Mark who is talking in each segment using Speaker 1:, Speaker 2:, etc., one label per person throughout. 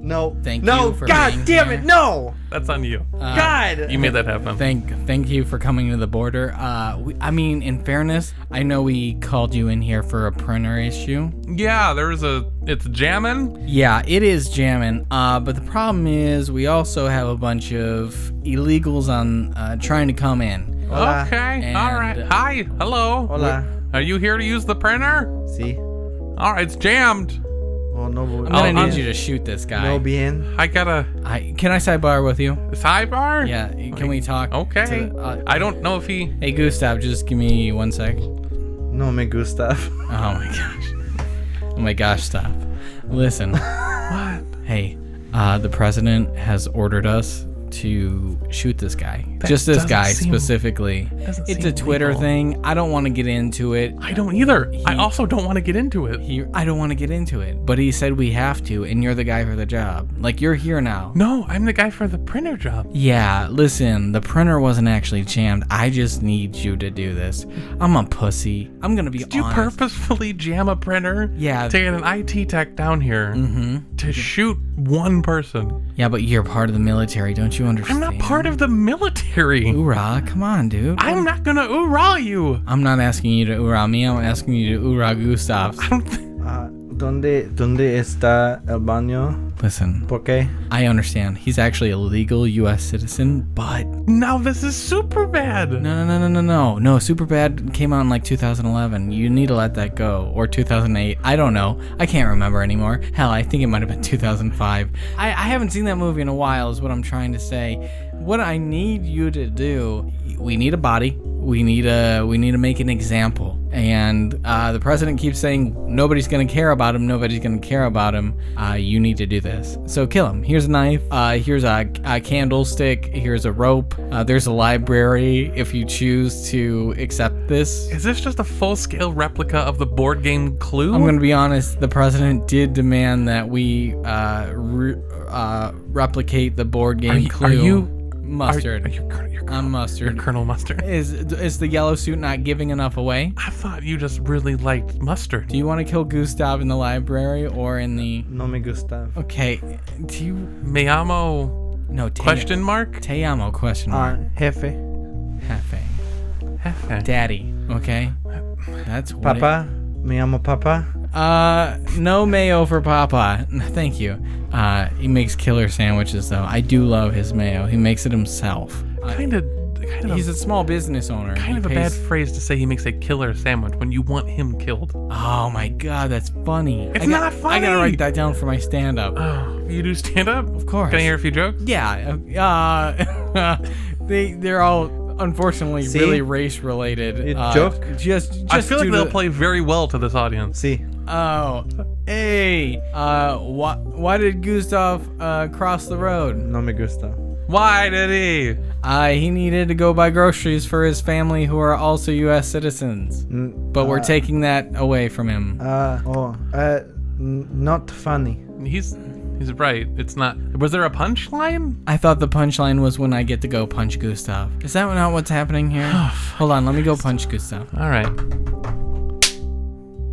Speaker 1: No.
Speaker 2: Thank
Speaker 1: no,
Speaker 2: you for
Speaker 1: God
Speaker 2: being
Speaker 1: damn
Speaker 2: here. Uh,
Speaker 1: it. No.
Speaker 3: That's on you.
Speaker 1: God.
Speaker 3: you made that happen.
Speaker 2: Thank, thank you for coming to the border. Uh, we, I mean, in fairness, I know we called you in here for a printer issue.
Speaker 3: yeah, there's a. It's jamming.
Speaker 2: Yeah, it is jamming. Uh, but the problem is, we also have a bunch of illegals on uh, trying to come in.
Speaker 1: Hola.
Speaker 3: Okay. all right.
Speaker 2: And, uh,
Speaker 3: Hi. Hello.
Speaker 1: Hola.
Speaker 3: Are you here to use the printer?
Speaker 1: See?
Speaker 3: All right. It's jammed.
Speaker 1: Well, Oh, no.
Speaker 2: I'm gonna
Speaker 3: I'll-
Speaker 2: need you to shoot this guy.
Speaker 1: No bien.
Speaker 3: I got a
Speaker 2: I, can I sidebar with you?
Speaker 3: sidebar.
Speaker 2: Yeah, can we talk?
Speaker 3: Okay.
Speaker 2: to the- uh,
Speaker 3: I don't know if he.
Speaker 2: hey, Gustav, just give me one sec. Oh
Speaker 1: No me gusta.
Speaker 3: Um,
Speaker 2: my gosh. Oh my gosh, stop. Listen.
Speaker 3: What?
Speaker 2: Hey, uh, the president has ordered us to shoot this guy. Just this
Speaker 3: doesn't
Speaker 2: guy
Speaker 3: seem-
Speaker 2: specifically.
Speaker 3: doesn't
Speaker 2: It's a
Speaker 3: seem
Speaker 2: Twitter
Speaker 3: legal.
Speaker 2: thing. I don't want to get into it.
Speaker 3: I don't either. I also don't want to get into it.
Speaker 2: He, I don't want to get into it, but he said we have to, and you're the guy for the job. Like you're here now.
Speaker 3: no, I'm the guy for the printer job.
Speaker 2: Yeah, listen, the printer wasn't actually jammed. I just need you to do this. I'm a pussy. I'm gonna be
Speaker 3: Did you
Speaker 2: honest.
Speaker 3: purposefully jam a printer?
Speaker 2: Yeah. Mm-hmm.
Speaker 3: To get an IT tech down here to shoot one person.
Speaker 2: yeah, but you're part of the military, don't you
Speaker 3: I'm
Speaker 2: understand?
Speaker 3: not part of the military.
Speaker 2: Hoorah! Come on, dude.
Speaker 3: I'm not gonna hoorah you.
Speaker 2: I'm not asking you to hoorah me. I'm asking you to hoorah Gustav.
Speaker 3: I don't think
Speaker 1: Ah, ¿Dónde, ¿Dónde está el baño?
Speaker 2: Listen,
Speaker 1: ¿Por qué?
Speaker 2: I understand. He's actually a legal U.S. citizen, but
Speaker 3: now this is super bad.
Speaker 2: No, no, no, no, no, no. No, Superbad came out in like 2011. You need to let that go. Or 2008. I don't know. I can't remember anymore. Hell, I think it might have been 2005. I, I haven't seen that movie in a while, is what I'm trying to say. What I need you to do, we need a body. We need a uh, we need to make an example, and uh, the president keeps saying nobody's gonna care about him. Nobody's gonna care about him. Uh, you need to do this. So kill him. Here's a knife. Uh, here's a, a candlestick. Here's a rope. Uh, there's a library if you choose to accept this.
Speaker 3: Is this just a full-scale replica of the board game Clue?
Speaker 2: I'm gonna be honest. The president did demand that we uh, re- uh, replicate the board game
Speaker 3: Are you-
Speaker 2: Clue.
Speaker 3: are you- Are-
Speaker 2: mustard?
Speaker 3: are you Colonel- you're
Speaker 2: I'm
Speaker 3: Colonel-
Speaker 2: mustard.
Speaker 3: Colonel Mustard.
Speaker 2: Is is the yellow suit not giving enough away?
Speaker 3: I thought you just really liked mustard.
Speaker 2: Do you want to kill Gustav in the library or in the?
Speaker 1: No me gusta.
Speaker 2: Okay. Do you?
Speaker 3: Me amo
Speaker 2: No. Te,
Speaker 3: question mark?
Speaker 2: Te amo question
Speaker 1: Ah,
Speaker 2: mark.
Speaker 1: jefe.
Speaker 2: Jefe.
Speaker 3: Hefe.
Speaker 2: Daddy. Okay. That's what it-
Speaker 1: Papa. Me llamo Papa.
Speaker 2: Uh, no mayo for Papa. No, Thank you. Uh, he makes killer sandwiches though. I do love his mayo. He makes it himself. Uh,
Speaker 3: Kind of, kind of.
Speaker 2: he's a small business owner.
Speaker 3: kind
Speaker 2: He
Speaker 3: of a bad
Speaker 2: pays-
Speaker 3: phrase to say he makes a killer sandwich when you want him killed.
Speaker 2: Oh my god, that's funny.
Speaker 3: It's
Speaker 2: I got-
Speaker 3: not
Speaker 2: I gotta
Speaker 3: funny.
Speaker 2: write that down for my stand-up.
Speaker 3: Oh, you do stand up? Of
Speaker 2: course.
Speaker 3: Can I hear a few jokes?
Speaker 2: Yeah, uh, they they're all unfortunately
Speaker 1: See?
Speaker 2: really race related.
Speaker 1: It
Speaker 2: uh,
Speaker 1: joke.
Speaker 2: Just, just
Speaker 3: I feel like
Speaker 2: due
Speaker 3: they'll
Speaker 2: to-
Speaker 3: play very well to this audience.
Speaker 1: Sí.
Speaker 2: Oh, hey, uh, why why did Gustav uh, cross the road?
Speaker 1: No me gusta.
Speaker 3: Why did he?
Speaker 2: Uh, he needed to go buy groceries for his family, who are also U.S. citizens.
Speaker 1: Mm,
Speaker 2: But we're
Speaker 1: ah,
Speaker 2: taking that away from him.
Speaker 1: Ah, oh. Uh, n- not funny.
Speaker 3: He's he's right. It's not. Was there a punchline?
Speaker 2: I thought the punchline was when I get to go punch Gustav. Is that not what's happening here? Hold on, let me go punch Gustav.
Speaker 3: All right.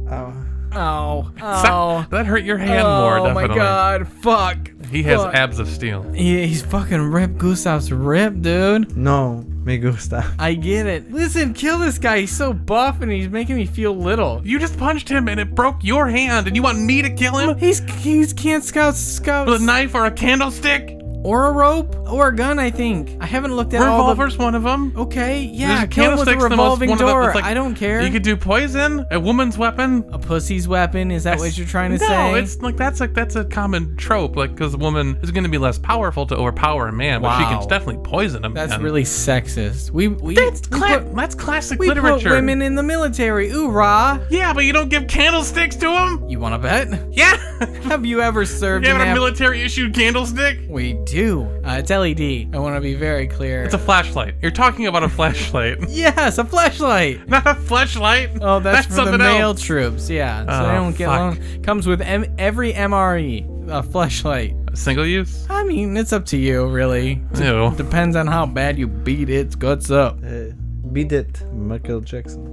Speaker 1: Oh.
Speaker 2: Oh,
Speaker 3: That-
Speaker 2: oh.
Speaker 3: That, hurt your hand more.
Speaker 2: Oh
Speaker 3: Definitely.
Speaker 2: my god, fuck.
Speaker 3: He has
Speaker 2: fuck.
Speaker 3: abs of steel.
Speaker 2: He, he's fucking ripped. Gustav's ripped, dude.
Speaker 1: No me gusta.
Speaker 2: I get it. Listen, kill this guy. He's so buff and he's making me feel little.
Speaker 3: You just punched him and it broke your hand, and you want me to kill him
Speaker 2: He's he's can't scout scout
Speaker 3: with a knife or a candlestick?
Speaker 2: or a rope or a gun. I think I haven't looked at all the.
Speaker 3: Revolver's one of them.
Speaker 2: Okay,
Speaker 3: There's
Speaker 2: yeah, kill him with a
Speaker 3: candlestick's the most-
Speaker 2: revolving
Speaker 3: one of the-
Speaker 2: door.
Speaker 3: it's like-
Speaker 2: I don't care.
Speaker 3: You could do poison, a woman's weapon.
Speaker 2: a pussy's weapon. Is that what you're trying to
Speaker 3: no,
Speaker 2: say?
Speaker 3: it's like that's a that's a common trope. Like, because a woman is going to be less powerful to overpower a man, but she
Speaker 2: Wow.
Speaker 3: can definitely poison a man.
Speaker 2: That's really sexist. We we
Speaker 3: that's
Speaker 2: we
Speaker 3: cla-
Speaker 2: put,
Speaker 3: that's classic
Speaker 2: we put
Speaker 3: literature.
Speaker 2: women in the military. Ooh, rah.
Speaker 3: yeah, but you don't give candlesticks to them.
Speaker 2: You want to bet?
Speaker 3: Yeah,
Speaker 2: Have you ever served
Speaker 3: you
Speaker 2: in
Speaker 3: have a
Speaker 2: Af-
Speaker 3: military issued candlestick.
Speaker 2: We do. Uh, it's LED. I want to be very clear.
Speaker 3: It's a flashlight. You're talking about a flashlight,
Speaker 2: yes, a flashlight.
Speaker 3: not a flashlight.
Speaker 2: Oh, that's, for the
Speaker 3: something
Speaker 2: male
Speaker 3: else.
Speaker 2: troops. Yeah, so they
Speaker 3: Oh,
Speaker 2: don't get
Speaker 3: fuck.
Speaker 2: along. Comes with M- every MRE, a flashlight.
Speaker 3: Single use.
Speaker 2: I mean, it's up to you, really.
Speaker 3: Ew.
Speaker 1: Eh,
Speaker 2: Depends on how bad you beat its guts up.
Speaker 1: Uh, beat it, Michael Jackson.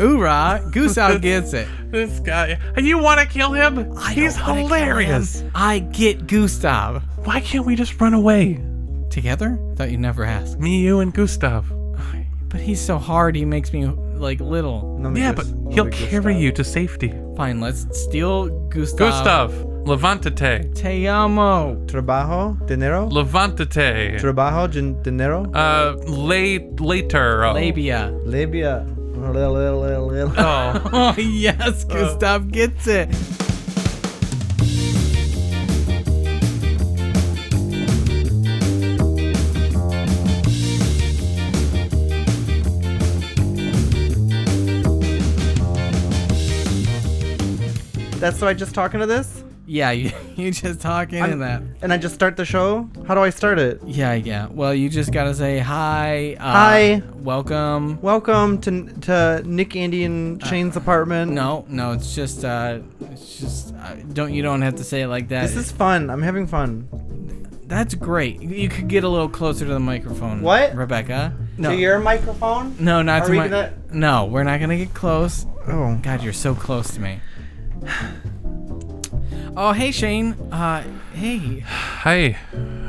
Speaker 2: Oorah, Goose Out gets it.
Speaker 3: This guy. You want to kill him?
Speaker 2: I don't
Speaker 3: He's
Speaker 2: wanna kill
Speaker 3: hilarious.
Speaker 2: him. I get Gustav.
Speaker 3: Why can't we just run away?
Speaker 2: Together? Thought you'd never ask.
Speaker 3: Me, you, and Gustav.
Speaker 2: But he's so hard, he makes me like little.
Speaker 1: No me
Speaker 3: yeah, but
Speaker 1: gus- no
Speaker 3: he'll
Speaker 1: me gusta.
Speaker 3: carry you to safety.
Speaker 2: Fine, let's steal Gustav.
Speaker 3: Gustav,
Speaker 2: Um,
Speaker 3: levantate.
Speaker 2: Te amo.
Speaker 1: Trabajo, dinero.
Speaker 3: Levantate.
Speaker 1: Trabajo, gin- dinero.
Speaker 3: Uh, late, later.
Speaker 2: Labia.
Speaker 1: Labia.
Speaker 3: Oh.
Speaker 2: Oh, yes, Gustav gets it.
Speaker 1: That's so I just talking to this,
Speaker 2: Yeah, you, you just talk into
Speaker 1: I'm-
Speaker 2: that.
Speaker 1: and I just start the show. How do I start it?
Speaker 2: Yeah, yeah. Well, you just gotta say hi. Uh,
Speaker 1: Hi.
Speaker 2: Welcome.
Speaker 1: Welcome to to Nick, Andy, and Shane's apartment.
Speaker 2: No, no, it's just, uh, it's just, uh, don't you don't have to say it like that.
Speaker 1: This is fun. I'm having fun.
Speaker 2: That's great. You could get a little closer to the microphone.
Speaker 1: What?
Speaker 2: Rebecca?
Speaker 1: No. To your microphone?
Speaker 2: No, not
Speaker 1: Are
Speaker 2: to
Speaker 1: we
Speaker 2: my.
Speaker 1: gonna-
Speaker 2: No, we're not gonna get close.
Speaker 1: Oh.
Speaker 2: God, you're so close to me. Oh, hey Shane. Uh, hey.
Speaker 3: Hi.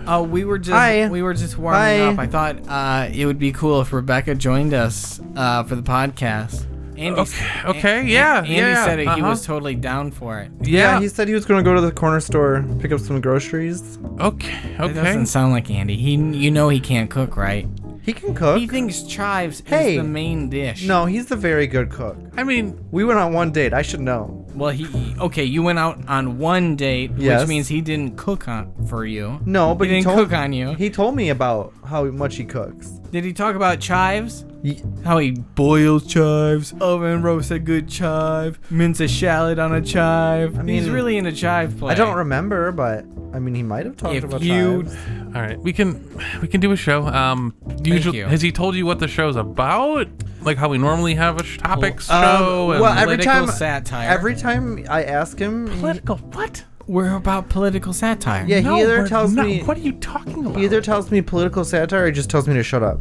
Speaker 2: Oh, we were just
Speaker 1: Hi.
Speaker 2: we were just warming
Speaker 1: Hi.
Speaker 2: up. I thought uh, it would be cool if Rebecca joined us uh, for the podcast. Andy, s-
Speaker 3: Okay, okay, yeah,
Speaker 2: Andy
Speaker 3: yeah,
Speaker 2: said it, he
Speaker 3: uh-huh.
Speaker 2: was totally down for it.
Speaker 1: Yeah.
Speaker 3: Yeah.
Speaker 1: he said he was gonna go to the corner store, pick up some groceries.
Speaker 3: okay.
Speaker 2: It doesn't
Speaker 3: Okay.
Speaker 2: sound like Andy. He, you know, he can't cook, right?
Speaker 1: He can cook.
Speaker 2: He thinks chives
Speaker 1: Hey.
Speaker 2: is the main dish.
Speaker 1: no, he's a very good cook.
Speaker 3: I mean,
Speaker 1: We went on one date. I should know.
Speaker 2: Well, he okay. You went out on one date,
Speaker 1: Yes.
Speaker 2: which means he didn't cook on for you.
Speaker 1: No, but
Speaker 2: he
Speaker 1: he,
Speaker 2: didn't
Speaker 1: told
Speaker 2: cook on you.
Speaker 1: he told me about how much he cooks.
Speaker 2: Did he talk about chives?
Speaker 1: Ye-
Speaker 2: How he boils chives, oven roasts a good chive, mince a shallot on a chive. He's
Speaker 1: mean,
Speaker 2: really into chive play.
Speaker 1: I don't remember, but I mean, he might have talked
Speaker 2: If
Speaker 1: about
Speaker 2: you-
Speaker 1: chives.
Speaker 3: all right. We can we can do a show. Um, usually,
Speaker 2: you.
Speaker 3: has he told you what the show's about? Like how we normally have a sh- topic
Speaker 1: Uh,
Speaker 3: show.
Speaker 1: Um, well,
Speaker 3: and
Speaker 1: every
Speaker 2: political
Speaker 1: time,
Speaker 2: satire.
Speaker 1: every time I ask him, he-
Speaker 3: political. What?
Speaker 2: We're about political satire.
Speaker 1: yeah,
Speaker 3: No,
Speaker 1: he either
Speaker 3: we're
Speaker 1: tells
Speaker 3: not.
Speaker 1: me
Speaker 3: What are you talking about?
Speaker 1: he either tells me political satire or he just tells me to shut up.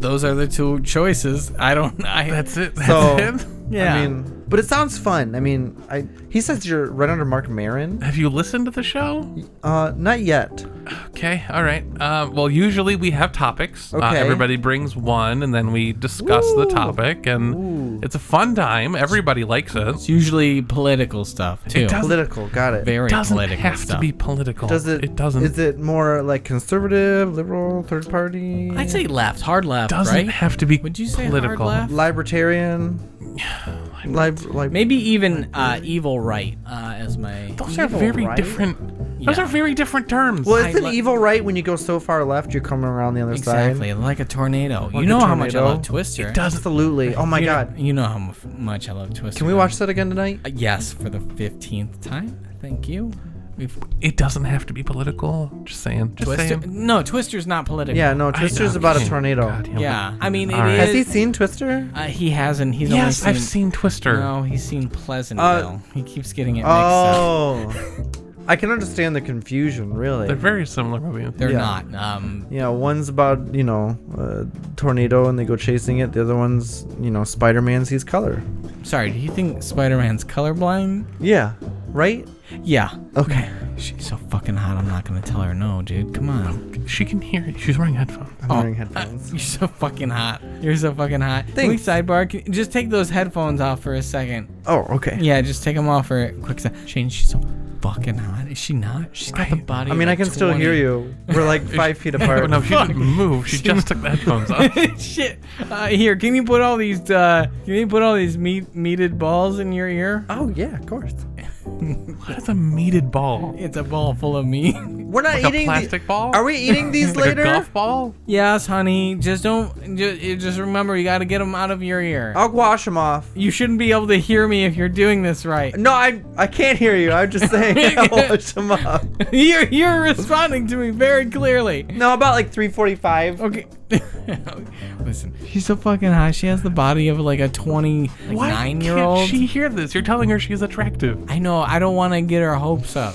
Speaker 2: Those are the two choices. I don't. I,
Speaker 3: That's it. That's
Speaker 1: So,
Speaker 3: it.
Speaker 2: Yeah.
Speaker 1: I mean, but it sounds fun. I mean, I he says you're right under Mark Marin.
Speaker 3: Have you listened to the show?
Speaker 1: Uh, not yet.
Speaker 3: Okay, all right. Um, well, usually we have topics. Uh,
Speaker 1: Okay.
Speaker 3: everybody brings one, and then we discuss the
Speaker 1: Ooh.
Speaker 3: topic, and
Speaker 1: Ooh.
Speaker 3: it's a fun time. Everybody likes it.
Speaker 2: it's usually political stuff too.
Speaker 3: does-
Speaker 1: Political, got it.
Speaker 2: Very
Speaker 3: doesn't
Speaker 2: political
Speaker 3: have
Speaker 2: stuff.
Speaker 3: to be political.
Speaker 1: Does it?
Speaker 3: It doesn't.
Speaker 1: Is it more like conservative, liberal, third party,
Speaker 2: I'd say left, hard left,
Speaker 3: doesn't
Speaker 2: right?
Speaker 3: have to be.
Speaker 2: Would you say hard
Speaker 3: political?
Speaker 2: left?
Speaker 1: libertarian, lib, lib-
Speaker 2: Maybe even uh, evil right uh, as my.
Speaker 3: Those
Speaker 1: Evil
Speaker 3: are very
Speaker 1: right?
Speaker 3: different. Those
Speaker 2: Yeah.
Speaker 3: are very different terms.
Speaker 1: Well, it's
Speaker 2: I
Speaker 1: an
Speaker 2: li-
Speaker 1: evil right when you go so far left, you're coming around the other
Speaker 2: Exactly,
Speaker 1: side.
Speaker 2: like a tornado. you
Speaker 1: a
Speaker 2: know how much I
Speaker 1: tornado.
Speaker 2: love Twister.
Speaker 3: It doesn't.
Speaker 1: Absolutely. Oh my
Speaker 2: you
Speaker 1: god.
Speaker 2: Know, you know how muf- much I love Twister.
Speaker 1: Can we watch that again tonight?
Speaker 2: Uh, yes, for the 15th time. Thank you. We've
Speaker 3: It doesn't have to be political. Just saying. Just
Speaker 2: Twister.
Speaker 3: saying.
Speaker 2: No, Twister's not political.
Speaker 1: Yeah, no,
Speaker 3: I-
Speaker 1: Twister's about a
Speaker 3: okay.
Speaker 1: tornado.
Speaker 3: God, you know,
Speaker 2: Yeah. I mean, it
Speaker 3: All right.
Speaker 1: Has
Speaker 2: is-
Speaker 1: he seen Twister?
Speaker 2: uh, he hasn't. He's only
Speaker 3: Yes,
Speaker 2: seen.
Speaker 3: I've seen Twister.
Speaker 2: No, he's seen Pleasantville. he keeps getting it mixed up.
Speaker 1: Uh, Oh. I can understand the confusion,
Speaker 3: They're
Speaker 1: really.
Speaker 3: very similar movies.
Speaker 2: They're
Speaker 1: yeah.
Speaker 2: not. Um,
Speaker 1: You know, one's about, you know, a tornado and they go chasing it. The other one's, you know, Spider Man sees color.
Speaker 2: sorry. Do you think Spider-Man's colorblind?
Speaker 1: Yeah. Right?
Speaker 2: Yeah.
Speaker 1: Okay.
Speaker 2: She's so fucking hot. I'm not gonna tell her no, dude. Come on.
Speaker 3: She can hear you. She's wearing headphones.
Speaker 1: I'm
Speaker 2: Oh,
Speaker 1: wearing
Speaker 2: uh,
Speaker 1: headphones.
Speaker 2: you're so fucking hot. You're so fucking hot. Quick
Speaker 1: Thanks.
Speaker 2: sidebar. Can, just take those headphones off for a second.
Speaker 1: Oh, okay.
Speaker 2: Yeah, just take them off for a quick second. Shane, she's so fucking hot. Is she not? She's got the
Speaker 3: I-
Speaker 2: body.
Speaker 1: I mean, I can still hear you. We're like five feet
Speaker 3: Oh,
Speaker 1: apart.
Speaker 3: no, she didn't move. She
Speaker 2: She-
Speaker 3: just took the headphones off.
Speaker 2: Shit. Uh, here, can you put all these? Uh, can you put all these meat meated balls in your ear?
Speaker 1: Oh, yeah, of course.
Speaker 3: That's a meated ball.
Speaker 2: It's a ball full of meat.
Speaker 1: We're not
Speaker 3: Like a
Speaker 1: eating. the-
Speaker 3: plastic ball?
Speaker 1: Are we eating these
Speaker 3: Like
Speaker 1: later?
Speaker 3: a golf ball?
Speaker 2: yes, honey. Just don't. Just, just remember, you got to get them out of your ear.
Speaker 1: I'll wash them off.
Speaker 2: You shouldn't be able to hear me if you're doing this right.
Speaker 1: No, I I can't hear you. I'm just saying I'll wash them off.
Speaker 2: you're, you're responding to me very clearly.
Speaker 1: No, about like 3:45.
Speaker 2: Okay. Listen, she's so fucking hot. She has the body of like a 29
Speaker 3: Why
Speaker 2: year old.
Speaker 3: can't she hear this? You're telling her she's attractive.
Speaker 2: I know. I don't want to get her hopes up.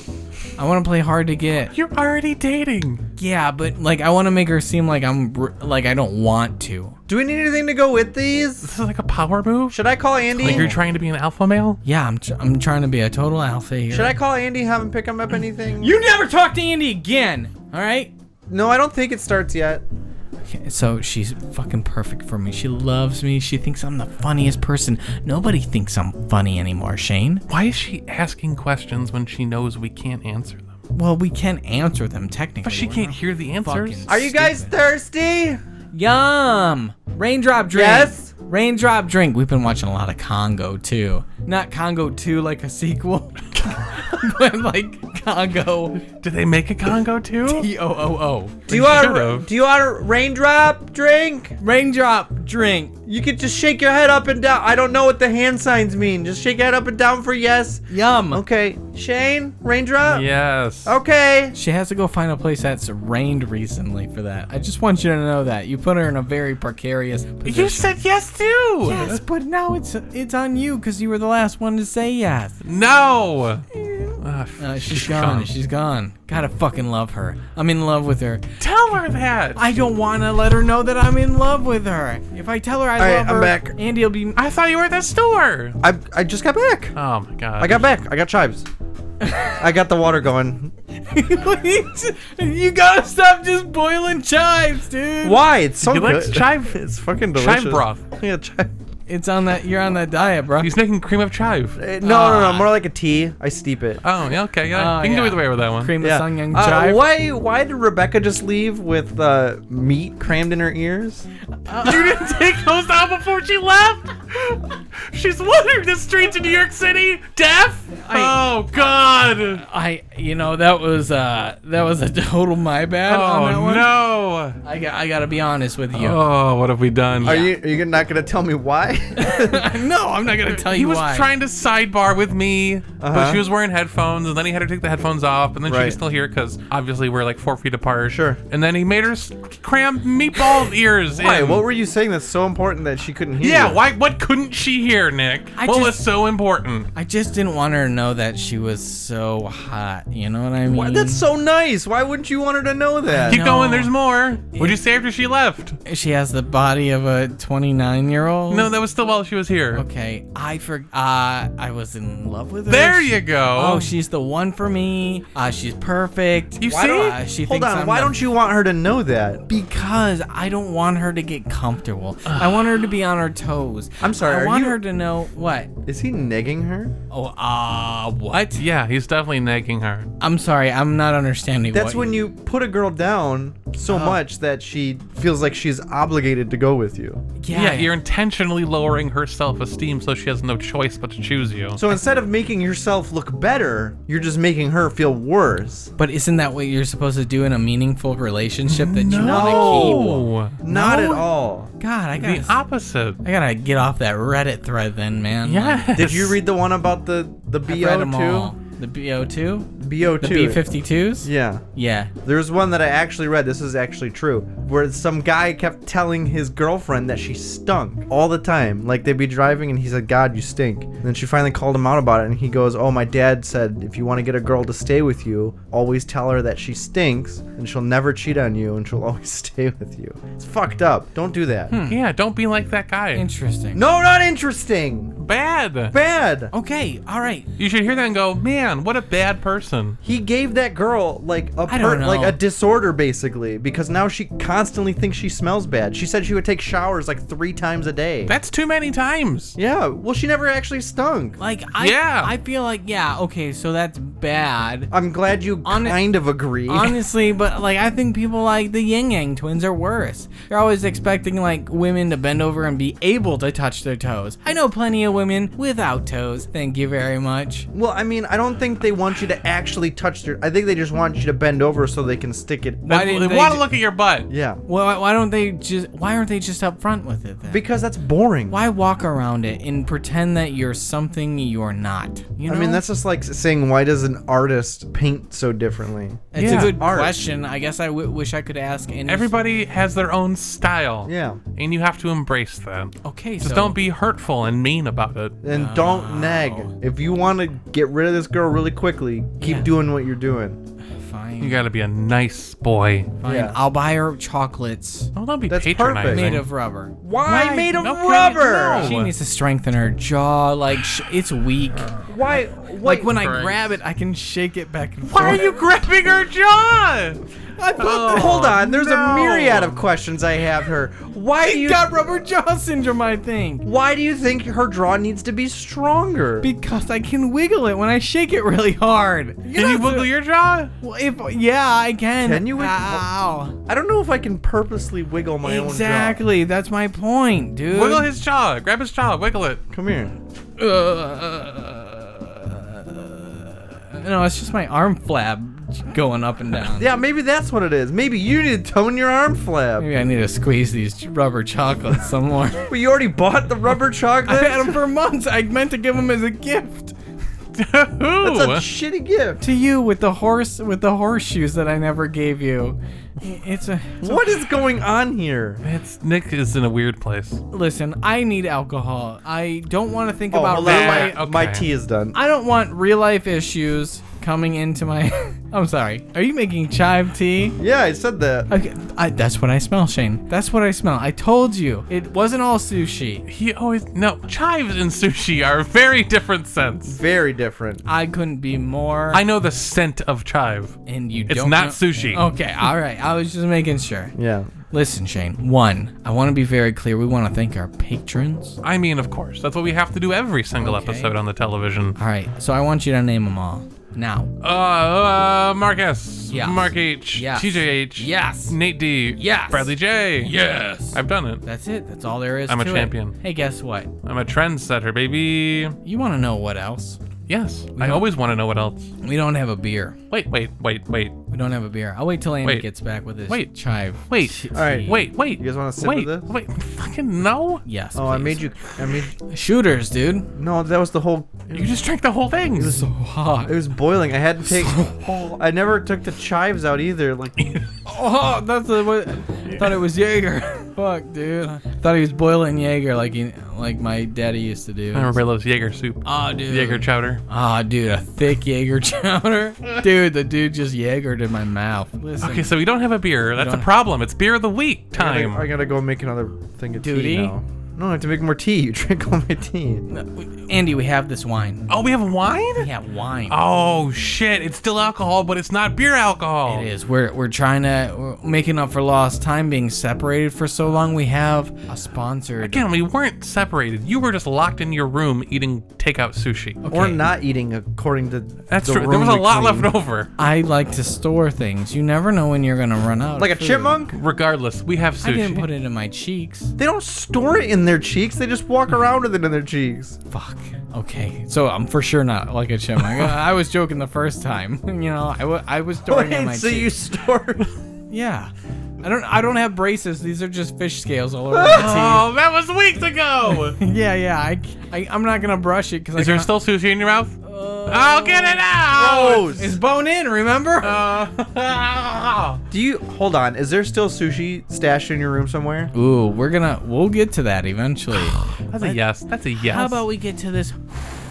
Speaker 2: I want to play hard to get.
Speaker 3: You're already dating.
Speaker 2: Yeah, but like I want to make her seem like I'm r- like I don't want to.
Speaker 1: Do we need anything to go with these?
Speaker 3: This is like a power move.
Speaker 1: Should I call Andy?
Speaker 3: Like you're trying to be an alpha male.
Speaker 2: Yeah, I'm tr- I'm trying to be a total alpha here.
Speaker 1: Should I call Andy? Have him pick him up anything?
Speaker 2: You never talk to Andy again. All right.
Speaker 1: No, I don't think it starts yet.
Speaker 2: Okay, So she's fucking perfect for me. She loves me. She thinks I'm the funniest person. Nobody thinks I'm funny anymore, Shane.
Speaker 3: Why is she asking questions when she knows we can't answer them?
Speaker 2: Well, we can answer them technically.
Speaker 3: But she
Speaker 2: We're
Speaker 3: can't
Speaker 2: not
Speaker 3: hear the answers.
Speaker 2: fucking
Speaker 1: Are you guys
Speaker 2: stupid.
Speaker 1: thirsty?
Speaker 2: Yum! Raindrop drink.
Speaker 1: Yes?
Speaker 2: Raindrop drink. We've been watching a lot of Congo too. Not Congo 2 like a sequel, but like Congo
Speaker 3: Did they make a Congo too?
Speaker 2: E O O O.
Speaker 1: Do you want a,
Speaker 3: should've.
Speaker 1: do you want a raindrop drink?
Speaker 2: Raindrop drink.
Speaker 1: You could just shake your head up and down. I don't know what the hand signs mean. Just shake your head up and down for yes.
Speaker 2: Yum.
Speaker 1: Okay, Shane, raindrop.
Speaker 3: yes.
Speaker 1: Okay.
Speaker 2: She has to go find a place that's rained recently for that. I just want you to know that. You put her in a very precarious position.
Speaker 3: You said yes too.
Speaker 2: yes, but now it's it's on you because you were the last one to say yes.
Speaker 3: No. Ah,
Speaker 2: Uh, she's
Speaker 3: she's
Speaker 2: gone.
Speaker 3: gone.
Speaker 2: She's gone. Gotta fucking love her. I'm in love with her.
Speaker 3: Tell her that. I,
Speaker 2: I don't want to let her know that I'm in love with her. If I tell her I
Speaker 1: All right,
Speaker 2: love
Speaker 1: I'm
Speaker 2: her,
Speaker 1: back.
Speaker 2: Andy'll be.
Speaker 3: thought you were at the store.
Speaker 1: I I just got back.
Speaker 3: Oh my god.
Speaker 1: I got back. I got chives. I got the water going.
Speaker 2: you gotta stop just boiling chives, dude.
Speaker 1: Why? It's so
Speaker 3: He likes
Speaker 1: good.
Speaker 3: chive.
Speaker 1: It's fucking delicious.
Speaker 3: Chive broth.
Speaker 1: Yeah, chive.
Speaker 2: It's on that. You're on that diet, bro.
Speaker 3: He's making cream of chive.
Speaker 1: Eh, No, no,
Speaker 3: Ah.
Speaker 1: no. More like a tea. I steep it.
Speaker 3: Oh, yeah, okay. Yeah.
Speaker 2: Oh,
Speaker 3: you can
Speaker 2: yeah.
Speaker 3: do either way with that one.
Speaker 2: Cream of Sun Young
Speaker 1: Uh,
Speaker 2: chive.
Speaker 1: why? Why did Rebecca just leave with uh, meat crammed in her ears?
Speaker 3: You didn't take those out before she left? She's wandering the streets of New York City, deaf?
Speaker 2: I-
Speaker 3: oh, God.
Speaker 2: I, you know, that was uh, that was a total my bad on that
Speaker 3: Oh,
Speaker 2: one.
Speaker 3: no.
Speaker 2: I got, I gotta be honest with you.
Speaker 3: Oh, what have we done?
Speaker 1: Are you? Are you not gonna tell me why?
Speaker 2: no, I'm not gonna tell
Speaker 3: he
Speaker 2: you
Speaker 3: was
Speaker 2: why.
Speaker 3: trying to sidebar with me, but
Speaker 1: Uh-huh.
Speaker 3: she was wearing headphones, and then he had her take the headphones off, and then she
Speaker 1: Right.
Speaker 3: could still hear because obviously we're like four feet apart.
Speaker 1: Sure.
Speaker 3: And then he made her s- cram meatball ears
Speaker 1: why?
Speaker 3: in.
Speaker 1: What were you saying that's so important that she couldn't hear?
Speaker 3: yeah,
Speaker 1: you?
Speaker 3: why? What couldn't she hear, Nick?
Speaker 2: I
Speaker 3: what
Speaker 2: just-
Speaker 3: was so important?
Speaker 2: I just didn't want her to know that she was so hot. You know what I mean?
Speaker 1: Why- That's so nice. Why wouldn't you want her to know that?
Speaker 3: Keep
Speaker 2: No.
Speaker 3: going. There's more. What'd you say after she left?
Speaker 2: She has the body of a 29 year old.
Speaker 3: No, that was still while she was here.
Speaker 2: Oh. Okay, I forgot. Uh, I was in love with her.
Speaker 3: There
Speaker 2: She-
Speaker 3: you go.
Speaker 2: Oh, she's the one for me. Uh, she's perfect.
Speaker 3: You
Speaker 1: Why
Speaker 3: see?
Speaker 1: don't-
Speaker 2: Uh, she
Speaker 1: Hold
Speaker 2: thinks
Speaker 1: on.
Speaker 2: I'm
Speaker 1: why
Speaker 2: the-
Speaker 1: don't you want her to know that?
Speaker 2: Because I don't want her to get comfortable. I want her to be on her toes.
Speaker 1: I'm sorry,
Speaker 2: I
Speaker 1: are
Speaker 2: want
Speaker 1: you-
Speaker 2: her to know what.
Speaker 1: Is he negging her?
Speaker 2: Oh, uh, what?
Speaker 3: Yeah, he's definitely nagging her.
Speaker 2: I'm sorry, I'm not understanding.
Speaker 1: That's
Speaker 2: what Uh-huh.
Speaker 1: when you put a girl down so much that she feels like she's obligated to go with you.
Speaker 3: Yeah, you're intentionally lowering her self-esteem so she has no choice but to choose you.
Speaker 1: So instead of making yourself look better, you're just making her feel worse.
Speaker 2: But isn't that what you're supposed to do in a meaningful relationship that you want to
Speaker 3: no,
Speaker 1: Not
Speaker 2: No.
Speaker 1: at all.
Speaker 2: keep? God, I
Speaker 3: the
Speaker 2: gotta,
Speaker 3: opposite.
Speaker 2: I gotta get off that Reddit thread then, man. Like,
Speaker 3: Yes.
Speaker 1: Did you read the one about the the
Speaker 2: I've read 'em all.
Speaker 1: BO2?
Speaker 2: The BO2?
Speaker 1: BO2.
Speaker 2: The B52s?
Speaker 1: Yeah.
Speaker 2: Yeah.
Speaker 1: There was one that I actually read. This is actually true, where some guy kept telling his girlfriend that she stunk all the time. Like they'd be driving, and he said, "God, you stink." And then she finally called him out about it, and he goes, "Oh, my dad said if you want to get a girl to stay with you, always tell her that she stinks, and she'll never cheat on you, and she'll always stay with you." It's fucked up. Don't do that.
Speaker 2: Hmm.
Speaker 3: Yeah, don't be like that guy.
Speaker 2: Interesting.
Speaker 1: No, not interesting.
Speaker 3: bad.
Speaker 1: Bad.
Speaker 2: Okay, all right.
Speaker 3: You should hear that and go, man, what a bad person.
Speaker 1: He gave that girl like a
Speaker 2: I don't
Speaker 1: per- like
Speaker 2: know.
Speaker 1: a disorder basically because now she constantly thinks she smells bad. She said she would take showers like 3 times a day.
Speaker 3: That's too many times.
Speaker 1: yeah, well she never actually stunk.
Speaker 2: Like I
Speaker 3: Yeah.
Speaker 2: I feel like yeah, okay, so that's bad.
Speaker 1: I'm glad you
Speaker 2: On-
Speaker 1: kind of agree.
Speaker 2: Honestly, but like I think people like the Yin Yang twins are worse. They're always expecting like women to bend over and be able to touch their toes. I know plenty of women without toes. Thank you very much.
Speaker 1: well, I mean, I don't think they want you to actually touch their I think they just want you to bend over so they can stick it.
Speaker 2: Why
Speaker 3: they
Speaker 2: didn't they
Speaker 3: want to
Speaker 2: ju-
Speaker 3: look at your butt.
Speaker 1: Yeah.
Speaker 2: Why, why don't they just? Why aren't they just up front with it then?
Speaker 1: Because that's boring.
Speaker 2: why walk around it and pretend that you're something you're not? You You know?
Speaker 1: I mean, that's just like saying, why does an artist paint so differently?
Speaker 2: it's
Speaker 3: Yeah.
Speaker 2: a good
Speaker 1: art.
Speaker 2: question. I guess I w- wish I could ask any.
Speaker 3: Everybody has their own style.
Speaker 1: Yeah.
Speaker 3: And you have to embrace that.
Speaker 2: Okay,
Speaker 3: Just
Speaker 2: so
Speaker 3: don't be hurtful and mean about it.
Speaker 1: And don't nag. If you want to get rid of this girl really quickly, keep
Speaker 2: Yeah.
Speaker 1: doing what you're doing.
Speaker 2: fine.
Speaker 3: You gotta be a nice boy.
Speaker 2: fine.
Speaker 1: Yeah.
Speaker 2: I'll buy her chocolates
Speaker 3: Oh, don't be
Speaker 1: That's
Speaker 3: patronizing.
Speaker 1: perfect.
Speaker 2: made of rubber.
Speaker 1: Why, made of
Speaker 3: No, can-
Speaker 1: rubber?
Speaker 3: no.
Speaker 2: She needs to strengthen her jaw. Like sh- it's weak.
Speaker 1: Why?
Speaker 2: Like
Speaker 1: Uh, Wait,
Speaker 2: when I
Speaker 3: Christ.
Speaker 2: grab it, I can shake it back and forth.
Speaker 3: Why are you grabbing her jaw?
Speaker 1: I
Speaker 2: Oh,
Speaker 1: put the- hold on. There's
Speaker 3: no.
Speaker 1: a myriad of questions I have her. Why do
Speaker 2: You
Speaker 1: you?
Speaker 2: got rubber jaw syndrome, I think.
Speaker 1: why do you think her draw needs to be stronger?
Speaker 2: Because I can wiggle it when I shake it really hard.
Speaker 3: Can you wiggle your jaw?
Speaker 2: Well, if yeah, I can.
Speaker 1: Can you wiggle-
Speaker 2: Ow.
Speaker 1: I don't know if I can purposely wiggle my own jaw.
Speaker 2: Exactly. That's my point, dude.
Speaker 3: Wiggle his jaw. Grab his jaw. Wiggle it.
Speaker 1: Come here.
Speaker 2: Uh, no, it's just my arm flab going up and down.
Speaker 1: Yeah, maybe that's what it is. Maybe you need to tone your arm flap.
Speaker 2: Maybe I need to squeeze these rubber chocolates some more.
Speaker 1: But you already bought the rubber chocolate.
Speaker 2: I've had them for months. I meant to give them as a gift
Speaker 1: That's a
Speaker 3: Ooh.
Speaker 1: shitty gift.
Speaker 2: to you with the horse with the horseshoes that I never gave you. It's a
Speaker 1: What is going on here?
Speaker 3: It's Nick is in a weird place.
Speaker 2: listen. I need alcohol. I don't want to think
Speaker 1: Oh,
Speaker 2: about
Speaker 1: hold
Speaker 2: real
Speaker 1: on,
Speaker 2: life.
Speaker 1: my,
Speaker 3: Yeah, okay.
Speaker 1: my tea is done.
Speaker 2: I don't want real life issues coming into my. I'm sorry. Are you making chive tea?
Speaker 1: Yeah, I said that.
Speaker 2: Okay, I, that's what I smell, Shane. That's what I smell. I told you it wasn't all sushi.
Speaker 3: He always no chives and sushi are very different scents.
Speaker 1: Very different.
Speaker 2: I couldn't be more.
Speaker 3: I know the scent of chive.
Speaker 2: and you
Speaker 3: It's
Speaker 2: don't.
Speaker 3: not
Speaker 2: know- Oh.
Speaker 3: sushi.
Speaker 2: Okay, all right. I was just making sure.
Speaker 1: Yeah.
Speaker 2: Listen, Shane. One, I want to be very clear. We want to thank our patrons.
Speaker 3: I mean, of course, that's what we have to do every single
Speaker 2: Okay.
Speaker 3: episode on the television.
Speaker 2: All right. So I want you to name them all now.
Speaker 3: Uh, uh Mark S,
Speaker 2: Yes.
Speaker 3: Mark H,
Speaker 2: Yes.
Speaker 3: TJ H,
Speaker 2: Yes.
Speaker 3: Nate D,
Speaker 2: Yes.
Speaker 3: Bradley J,
Speaker 2: Yes.
Speaker 3: I've done it.
Speaker 2: That's it. That's all there is.
Speaker 3: I'm a
Speaker 2: to it.
Speaker 3: champion.
Speaker 2: Hey, guess what?
Speaker 3: I'm a trendsetter, baby.
Speaker 2: You want to know what else?
Speaker 3: Yes, I always want to know what else.
Speaker 2: We don't have a beer.
Speaker 3: Wait, wait, wait, wait,
Speaker 2: We don't have a beer. I'll wait till Andy
Speaker 3: Wait.
Speaker 2: gets back with his
Speaker 3: Wait.
Speaker 2: chive.
Speaker 3: wait,
Speaker 1: All right.
Speaker 3: wait, wait.
Speaker 1: You guys wanna sip of
Speaker 3: wait,
Speaker 1: this?
Speaker 3: wait, fucking no.
Speaker 2: Yes.
Speaker 1: Oh, I
Speaker 2: please.
Speaker 1: made you. I made.
Speaker 2: shooters, dude.
Speaker 1: No, that was the whole.
Speaker 3: You just drank the whole thing.
Speaker 2: So hot.
Speaker 1: It was boiling. I had to take. I never took the chives out either. Like,
Speaker 2: Oh, that's the what. I thought it was Jaeger. Fuck, dude. I thought he was boiling Jaeger like he, like my daddy used to do.
Speaker 3: Everybody loves Jaeger soup.
Speaker 2: Ah, dude.
Speaker 3: Jaeger chowder.
Speaker 2: Ah, dude, a thick Jaeger chowder. dude, the dude just Jaegered in my mouth. Listen,
Speaker 3: Okay, so we don't have a beer. That's a
Speaker 2: don't-
Speaker 3: problem. It's beer of the week
Speaker 1: I
Speaker 3: time.
Speaker 1: gotta, I gotta go make another thing of
Speaker 2: Duty?
Speaker 1: tea now. No, I have to make more tea. You drink all my tea.
Speaker 2: Andy, we have this wine.
Speaker 3: oh, we have wine?
Speaker 2: We have wine.
Speaker 3: Oh shit! It's still alcohol, but it's not beer alcohol.
Speaker 2: It is. We're we're trying to we're making up for lost time being separated for so long. We have a sponsored.
Speaker 3: Again, we weren't separated. You were just locked in your room eating takeout sushi.
Speaker 2: Okay.
Speaker 1: Or not eating according to.
Speaker 3: That's
Speaker 1: the
Speaker 3: true. There
Speaker 1: room
Speaker 3: was a
Speaker 1: we
Speaker 3: lot
Speaker 1: clean.
Speaker 3: left over.
Speaker 2: I like to store things. You never know when you're gonna run out. of
Speaker 1: Like a
Speaker 2: food.
Speaker 1: chipmunk?
Speaker 3: Regardless, we have
Speaker 2: I
Speaker 3: sushi.
Speaker 2: didn't put it in my cheeks.
Speaker 1: They don't store it in their cheeks. They just walk around with it in their cheeks.
Speaker 2: Fuck. Okay, so I'm for sure not like a chipmunk. I I was joking the first time. You know, I wa- I was storing it in my
Speaker 1: Wait, so you
Speaker 2: cheeks.
Speaker 1: store.
Speaker 2: yeah. I don't. I don't have braces. These are just fish scales all over my
Speaker 3: oh, that was weeks ago.
Speaker 2: teeth. Yeah, yeah. I, I am not gonna brush it because
Speaker 3: is there still sushi in your mouth?
Speaker 2: Uh,
Speaker 3: I'll get it out.
Speaker 1: Gross.
Speaker 2: It's bone in. Remember?
Speaker 3: Uh,
Speaker 1: Do you hold on? Is there still sushi stashed in your room somewhere?
Speaker 2: Ooh, we're gonna. We'll get to that eventually.
Speaker 3: that's a yes. That's a yes.
Speaker 2: How about we get to this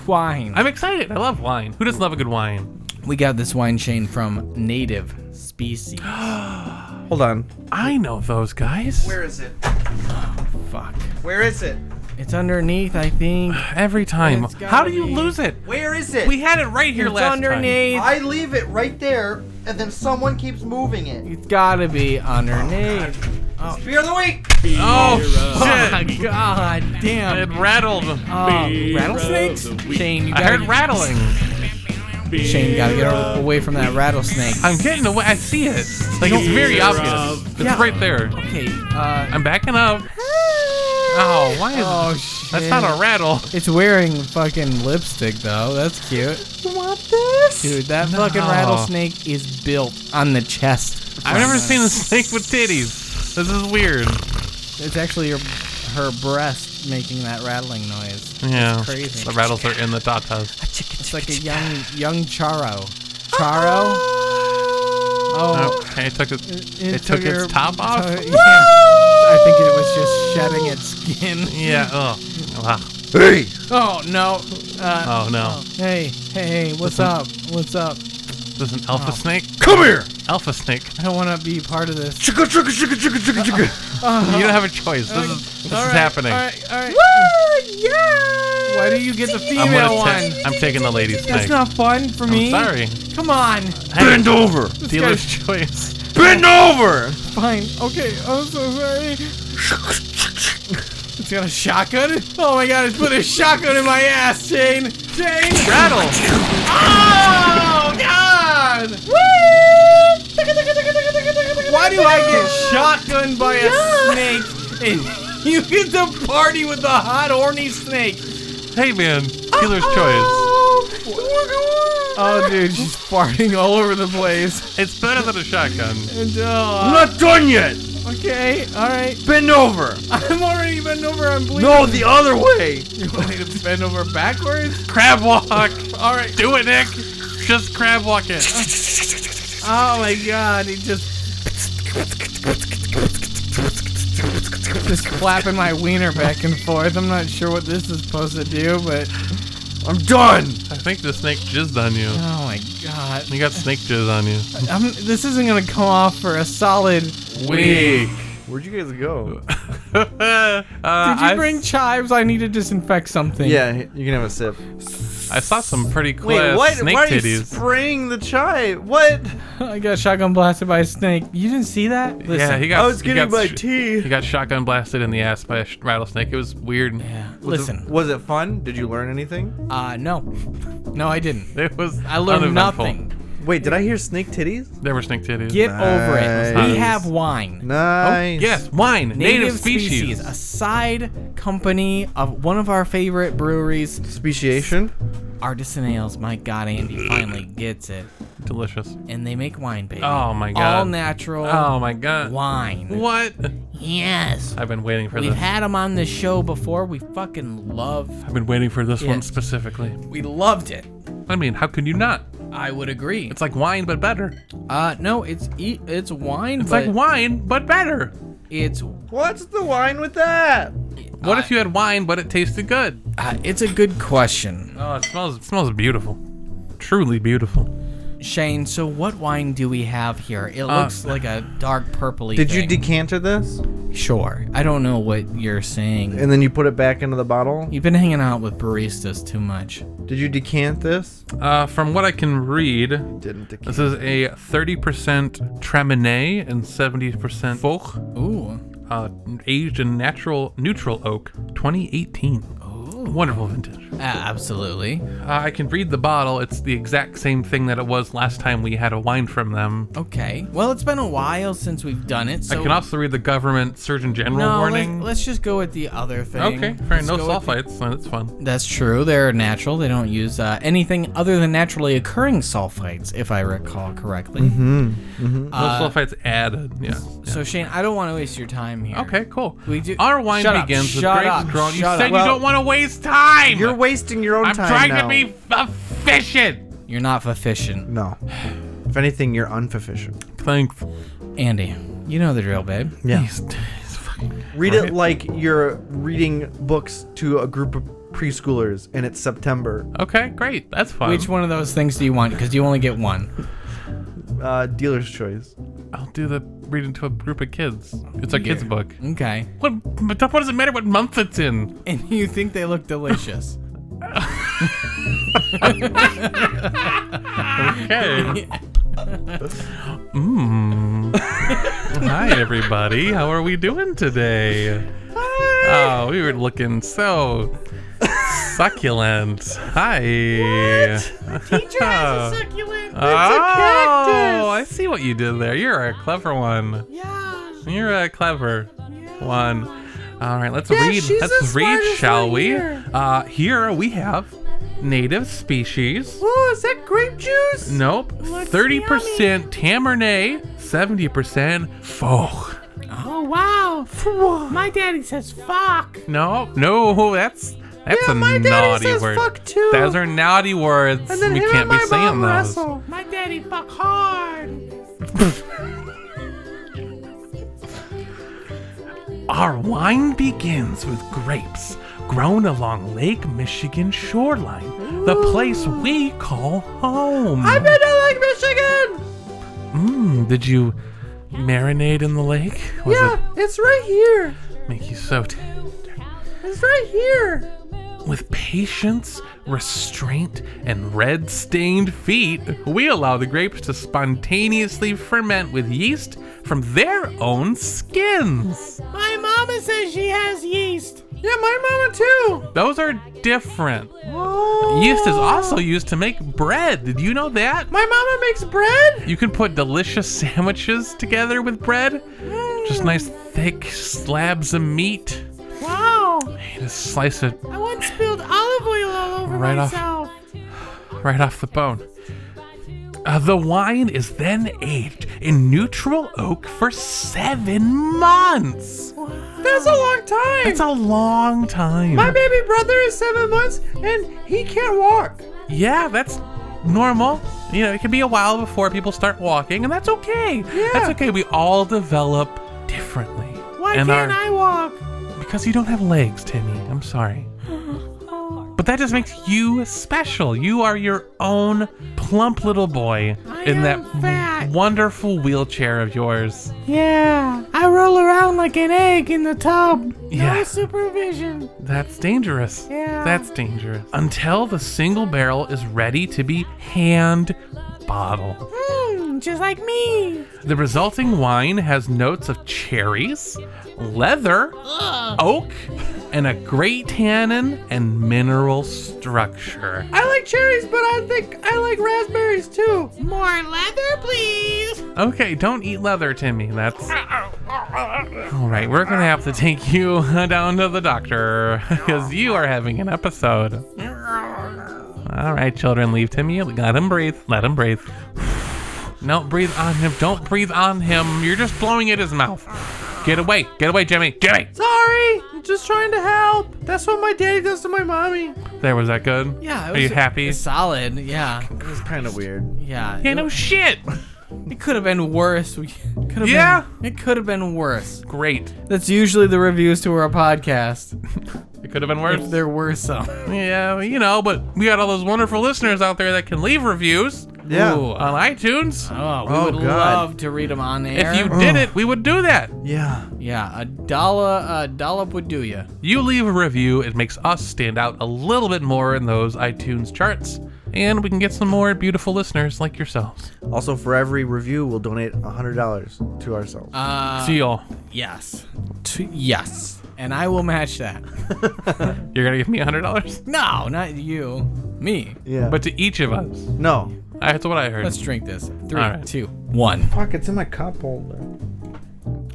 Speaker 2: wine?
Speaker 3: I'm excited. I love wine. Who doesn't love a good wine?
Speaker 2: we got this wine chain from Native Species.
Speaker 1: Hold on.
Speaker 3: I know those guys.
Speaker 1: is it?
Speaker 2: Fuck.
Speaker 1: Where is it?
Speaker 2: It's underneath, I think.
Speaker 3: Every time.
Speaker 2: It's gotta
Speaker 3: How do you
Speaker 2: be.
Speaker 3: lose it?
Speaker 1: Where is it?
Speaker 3: We had it right here
Speaker 2: it's
Speaker 3: last time.
Speaker 2: underneath.
Speaker 1: I leave it right there, and then someone keeps moving it.
Speaker 2: It's gotta be underneath.
Speaker 1: Beer of the week.
Speaker 3: Oh
Speaker 2: Oh,
Speaker 3: shit!
Speaker 2: God
Speaker 3: It
Speaker 2: damn.
Speaker 3: rattled.
Speaker 2: Oh, rattlesnakes? Shane, you
Speaker 3: I
Speaker 2: gotta
Speaker 3: heard
Speaker 2: get-
Speaker 3: rattling.
Speaker 2: Shane, gotta get a- away from that rattlesnake.
Speaker 3: I'm getting away. I see it. Like it's very obvious. It's
Speaker 2: Yeah.
Speaker 3: right there.
Speaker 2: okay, uh.
Speaker 3: I'm backing up. Oh, why is
Speaker 2: Oh, shit.
Speaker 3: that's not a rattle?
Speaker 2: It's wearing fucking lipstick, though. That's cute.
Speaker 1: want this?
Speaker 2: Dude, that fucking
Speaker 3: No.
Speaker 2: rattlesnake is built on the chest.
Speaker 3: I've never seen a snake with titties. This is weird.
Speaker 2: It's actually your. her breast making that rattling noise.
Speaker 3: Yeah.
Speaker 2: crazy.
Speaker 3: The rattles are in the tatas.
Speaker 2: It's like a young young Charo. Charo? Oh.
Speaker 3: Okay, it took it.
Speaker 2: It,
Speaker 3: took its
Speaker 2: her-
Speaker 3: top off?
Speaker 2: took- yeah. I think it was just shedding its skin.
Speaker 3: Yeah. Oh. Wow.
Speaker 1: Hey!
Speaker 2: Oh no. Uh,
Speaker 3: Oh no.
Speaker 2: Hey, hey, hey, what's up? What's up?
Speaker 3: Is this an
Speaker 2: Oh.
Speaker 3: alpha snake?
Speaker 1: Come here!
Speaker 3: Alpha snake.
Speaker 2: I don't want to be part of this.
Speaker 1: Chicka, chicka, chicka, chicka, chicka, chicka.
Speaker 3: You
Speaker 2: Oh.
Speaker 3: don't have a choice. This is this
Speaker 2: All
Speaker 3: is
Speaker 2: right,
Speaker 3: happening.
Speaker 2: All right, all right.
Speaker 4: yeah!
Speaker 2: Why do you get the
Speaker 3: I'm
Speaker 2: female
Speaker 3: gonna.
Speaker 2: one?
Speaker 3: take. I'm taking the lady snake.
Speaker 2: That's not fun for
Speaker 3: I'm
Speaker 2: me.
Speaker 3: sorry.
Speaker 2: Come on.
Speaker 1: Bend over!
Speaker 3: Dealer's choice.
Speaker 1: Bend over!
Speaker 2: Fine. Okay. I'm so sorry. It's got a shotgun. Oh my god! It's put a shotgun in my ass, Shane. Shane.
Speaker 3: Rattle.
Speaker 2: Oh god! Why do I get shotgunned by a snake and you get to party with the hot horny snake?
Speaker 3: Hey man. Dealer's choice.
Speaker 2: Oh dude, she's farting all over the place.
Speaker 3: It's better than a shotgun.
Speaker 2: And
Speaker 1: I'm
Speaker 2: oh,
Speaker 1: not done yet!
Speaker 2: okay, all right.
Speaker 1: Bend over!
Speaker 2: I'm already bent over. I'm bleeding.
Speaker 1: No, the other way!
Speaker 2: you want me to bend over backwards?
Speaker 3: Crab walk.
Speaker 2: All right.
Speaker 3: Do it, Nick. Just crab walk it.
Speaker 2: Oh my god, he just just flapping my wiener back and forth. I'm not sure what this is supposed to do, but
Speaker 1: I'm done!
Speaker 3: I think the snake jizzed on you.
Speaker 2: oh my god,
Speaker 3: You got snake jizz on you.
Speaker 2: I'm, this isn't gonna come off for a solid. Did
Speaker 3: Weak.
Speaker 1: Where'd you guys go?
Speaker 3: uh,
Speaker 2: you
Speaker 3: I,
Speaker 2: bring chives? I need to disinfect something.
Speaker 1: Yeah, you can have a sip.
Speaker 3: I saw some pretty cool ass snake
Speaker 1: Why are you
Speaker 3: titties.
Speaker 1: spraying the chai? What?
Speaker 2: I got shotgun blasted by a snake. You didn't see that? Listen,
Speaker 3: yeah, he got.
Speaker 1: I was
Speaker 3: he
Speaker 1: getting
Speaker 3: got
Speaker 1: my
Speaker 3: sh- He
Speaker 1: tea.
Speaker 3: got shotgun blasted in the ass by a sh- rattlesnake. It was weird.
Speaker 2: Yeah.
Speaker 1: Was it-
Speaker 2: Listen,
Speaker 1: was it fun? Did you learn anything?
Speaker 2: uh, no, no, I didn't.
Speaker 3: It was.
Speaker 2: I learned
Speaker 3: uneventful.
Speaker 2: nothing.
Speaker 1: Wait, did I hear snake titties?
Speaker 3: There were snake titties.
Speaker 2: Get over it.
Speaker 1: Nice.
Speaker 2: We have wine.
Speaker 1: Nice.
Speaker 3: Oh, Yes, wine, native, species.
Speaker 2: a side company of one of our favorite breweries,
Speaker 1: Speciation.
Speaker 2: Artisan Ales. My God, Andy finally gets it,
Speaker 3: Delicious.
Speaker 2: and they make wine, baby.
Speaker 3: Oh my
Speaker 2: All
Speaker 3: god.
Speaker 2: natural
Speaker 3: Oh my god.
Speaker 2: wine.
Speaker 3: What?
Speaker 2: Yes,
Speaker 3: I've been waiting for
Speaker 2: we've
Speaker 3: this.
Speaker 2: had them on the show before. We fucking love.
Speaker 3: I've been waiting for this one
Speaker 2: Yeah.
Speaker 3: specifically.
Speaker 2: We loved it.
Speaker 3: I mean, how can you not?
Speaker 2: I would agree.
Speaker 3: It's like wine, but better.
Speaker 2: Uh, no, it's e- it's wine,
Speaker 3: It's
Speaker 2: but
Speaker 3: like wine, but better.
Speaker 2: it's
Speaker 1: What's the wine with that?
Speaker 3: What if you had wine, but it tasted good?
Speaker 2: uh, it's a good question,
Speaker 3: Oh, it smells. It smells beautiful. Truly beautiful.
Speaker 2: Shane. So, what wine do we have here? It
Speaker 3: Uh,
Speaker 2: looks like a dark purpley.
Speaker 1: Did you
Speaker 2: thing.
Speaker 1: decanter this
Speaker 2: Sure. I don't know what you're saying.
Speaker 1: and then you put it back into the bottle?
Speaker 2: You've been hanging out with baristas too much.
Speaker 1: Did you decant this?
Speaker 3: Uh, from what I can read,
Speaker 1: Didn't decant.
Speaker 3: this is a 30% Tremennais and 70% Foch,
Speaker 2: Ooh.
Speaker 3: uh, aged in natural neutral oak, 2018. Wonderful vintage.
Speaker 2: Uh, absolutely.
Speaker 3: Uh, I can read the bottle. It's the exact same thing that it was last time we had a wine from them.
Speaker 2: Okay. Well, it's been a while since we've done it, so
Speaker 3: I Uh, can also read the government Surgeon General
Speaker 2: no,
Speaker 3: warning.
Speaker 2: Let's, let's just go with the other thing.
Speaker 3: okay, fair.
Speaker 2: Let's
Speaker 3: No
Speaker 2: go with-
Speaker 3: sulfites. so That's fun.
Speaker 2: That's true. They're natural. They don't use uh, anything other than naturally occurring sulfites, if I recall correctly.
Speaker 3: No
Speaker 2: Uh,
Speaker 3: sulfites added. Yeah.
Speaker 2: So Shane, I don't want to waste your time here.
Speaker 3: Okay, cool.
Speaker 2: We do-
Speaker 3: Our wine
Speaker 2: Shut up,
Speaker 3: begins with
Speaker 2: shut
Speaker 3: grapes
Speaker 2: up,
Speaker 3: grown. You
Speaker 2: shut
Speaker 3: said
Speaker 2: up.
Speaker 3: you
Speaker 2: Well-
Speaker 3: don't want to waste time.
Speaker 1: You're wasting your own
Speaker 3: I'm
Speaker 1: time.
Speaker 3: trying to
Speaker 1: now.
Speaker 3: be f- efficient.
Speaker 2: You're not efficient,
Speaker 1: No. If anything, you're unproficient.
Speaker 3: Thanks.
Speaker 2: Andy. You know the drill, babe.
Speaker 1: Yeah.
Speaker 3: He's, he's fucking.
Speaker 1: Read it like you're reading books to a group of preschoolers and it's September.
Speaker 3: Okay, great. That's fun.
Speaker 2: Which one of those things do you want? Because you only get one.
Speaker 1: Uh, dealer's choice.
Speaker 3: I'll do the reading to a group of kids. It's a kids' book.
Speaker 2: Okay.
Speaker 3: What? What does it matter what month it's in?
Speaker 2: And you think they look delicious?
Speaker 3: Okay. Mmm. Hi, everybody. How are we doing today? Oh, we were looking so succulent. Hi.
Speaker 4: Teacher
Speaker 2: Uh,
Speaker 4: has a succulent.
Speaker 3: oh, I see what you did there. You're a clever one.
Speaker 4: yeah.
Speaker 3: You're a clever one. All right, let's read.
Speaker 4: she's the
Speaker 3: Let's read,
Speaker 4: smartest
Speaker 3: shall
Speaker 4: one
Speaker 3: we?
Speaker 4: here.
Speaker 3: Uh, here we have native species.
Speaker 4: Ooh, Oh, is that grape juice?
Speaker 3: Nope.
Speaker 4: Looks
Speaker 3: Thirty percent Tamernay, seventy percent Foch.
Speaker 4: Oh, Wow. My daddy says fuck.
Speaker 3: No, no, that's that's
Speaker 1: Yeah,
Speaker 3: a
Speaker 1: my daddy
Speaker 3: naughty
Speaker 1: says
Speaker 3: word.
Speaker 1: fuck too.
Speaker 3: Those are naughty words.
Speaker 1: And then
Speaker 3: we
Speaker 1: him
Speaker 3: can't
Speaker 1: and
Speaker 3: be
Speaker 1: my
Speaker 3: saying
Speaker 1: mom
Speaker 3: those.
Speaker 1: wrestle.
Speaker 4: My daddy fuck hard.
Speaker 3: Our wine begins with grapes grown along Lake Michigan shoreline, the place we call home.
Speaker 1: I've been to Lake Michigan.
Speaker 3: Mm, did you marinate in the lake? Was
Speaker 1: Yeah, it's right here.
Speaker 3: it make you so t-
Speaker 1: It's right here.
Speaker 3: With patience, restraint, and red stained feet, we allow the grapes to spontaneously ferment with yeast from their own skins.
Speaker 4: My mama says she has yeast.
Speaker 1: Yeah, my mama too.
Speaker 3: Those are different.
Speaker 1: Oh.
Speaker 3: Yeast is also used to make bread. Did you know that?
Speaker 1: My mama makes bread.
Speaker 3: You can put delicious sandwiches together with bread. Just nice thick slabs of meat.
Speaker 4: Wow.
Speaker 3: You just slice it
Speaker 4: I once spilled olive oil all over
Speaker 3: Right off-
Speaker 4: myself.
Speaker 3: right off the bone. Uh, the wine is then aged in neutral oak for seven months.
Speaker 1: That's a long time.
Speaker 3: That's a long time.
Speaker 1: my baby brother is seven months and he can't walk.
Speaker 3: yeah, that's normal. You know, it can be a while before people start walking, and that's okay.
Speaker 1: Yeah.
Speaker 3: That's okay. We all develop differently.
Speaker 4: Why
Speaker 3: and
Speaker 4: can't
Speaker 3: our-
Speaker 4: I walk?
Speaker 3: Because you don't have legs, Timmy. I'm sorry. But that just makes you special. You are your own plump little boy
Speaker 4: I
Speaker 3: in
Speaker 4: am
Speaker 3: that
Speaker 4: fat.
Speaker 3: wonderful wheelchair of yours.
Speaker 4: Yeah. I roll around like an egg in the tub.
Speaker 3: Yeah.
Speaker 4: No supervision.
Speaker 3: That's dangerous.
Speaker 4: Yeah.
Speaker 3: That's dangerous. Until the single barrel is ready to be hand bottled.
Speaker 4: Mmm, just like me.
Speaker 3: The resulting wine has notes of cherries, leather, oak, and a great tannin and mineral structure.
Speaker 1: I like cherries, but I think I like raspberries too.
Speaker 4: More leather, please.
Speaker 3: Okay, don't eat leather, Timmy. That's. All right, we're gonna have to take you down to the doctor because you are having an episode. All right, children, leave Timmy. Let him breathe. Let him breathe. No, breathe on him. Don't breathe on him. You're just blowing at his mouth. Get away. Get away, Jimmy. Jimmy.
Speaker 1: Sorry, I'm just trying to help. That's what my daddy does to my mommy.
Speaker 3: There, was that good?
Speaker 2: Yeah. It
Speaker 3: Are
Speaker 2: was
Speaker 3: you happy?
Speaker 2: it's solid. Yeah.
Speaker 1: It was kind of weird.
Speaker 2: Yeah.
Speaker 3: Yeah, no shit.
Speaker 2: It could have been worse. We could have
Speaker 3: Yeah.
Speaker 2: Been, it could have been worse.
Speaker 3: Great.
Speaker 2: That's usually the reviews to our podcast.
Speaker 3: It could have been worse.
Speaker 2: If there were some.
Speaker 3: Yeah, you know, but we got all those wonderful listeners out there that can leave reviews
Speaker 1: Yeah.
Speaker 2: Ooh, uh,
Speaker 3: on iTunes.
Speaker 2: oh, we
Speaker 1: Oh,
Speaker 2: would
Speaker 1: God.
Speaker 2: love to read them on air.
Speaker 3: If you did it, we would do that.
Speaker 1: Yeah.
Speaker 2: yeah, a dollar, a dollop would do ya.
Speaker 3: You leave a review, it makes us stand out a little bit more in those iTunes charts, and we can get some more beautiful listeners like yourselves.
Speaker 2: Uh.
Speaker 1: Also, for every review, we'll donate hundred dollars to ourselves.
Speaker 2: Uh,
Speaker 3: Deal.
Speaker 2: yes, T- yes, and I will match that.
Speaker 3: You're gonna give me hundred dollars,
Speaker 2: No, not you, me.
Speaker 1: yeah.
Speaker 3: but to each of us.
Speaker 1: no.
Speaker 3: That's what I heard.
Speaker 2: Let's drink this. Three,
Speaker 3: All right.
Speaker 2: two, one.
Speaker 1: Fuck, it's in my cup holder.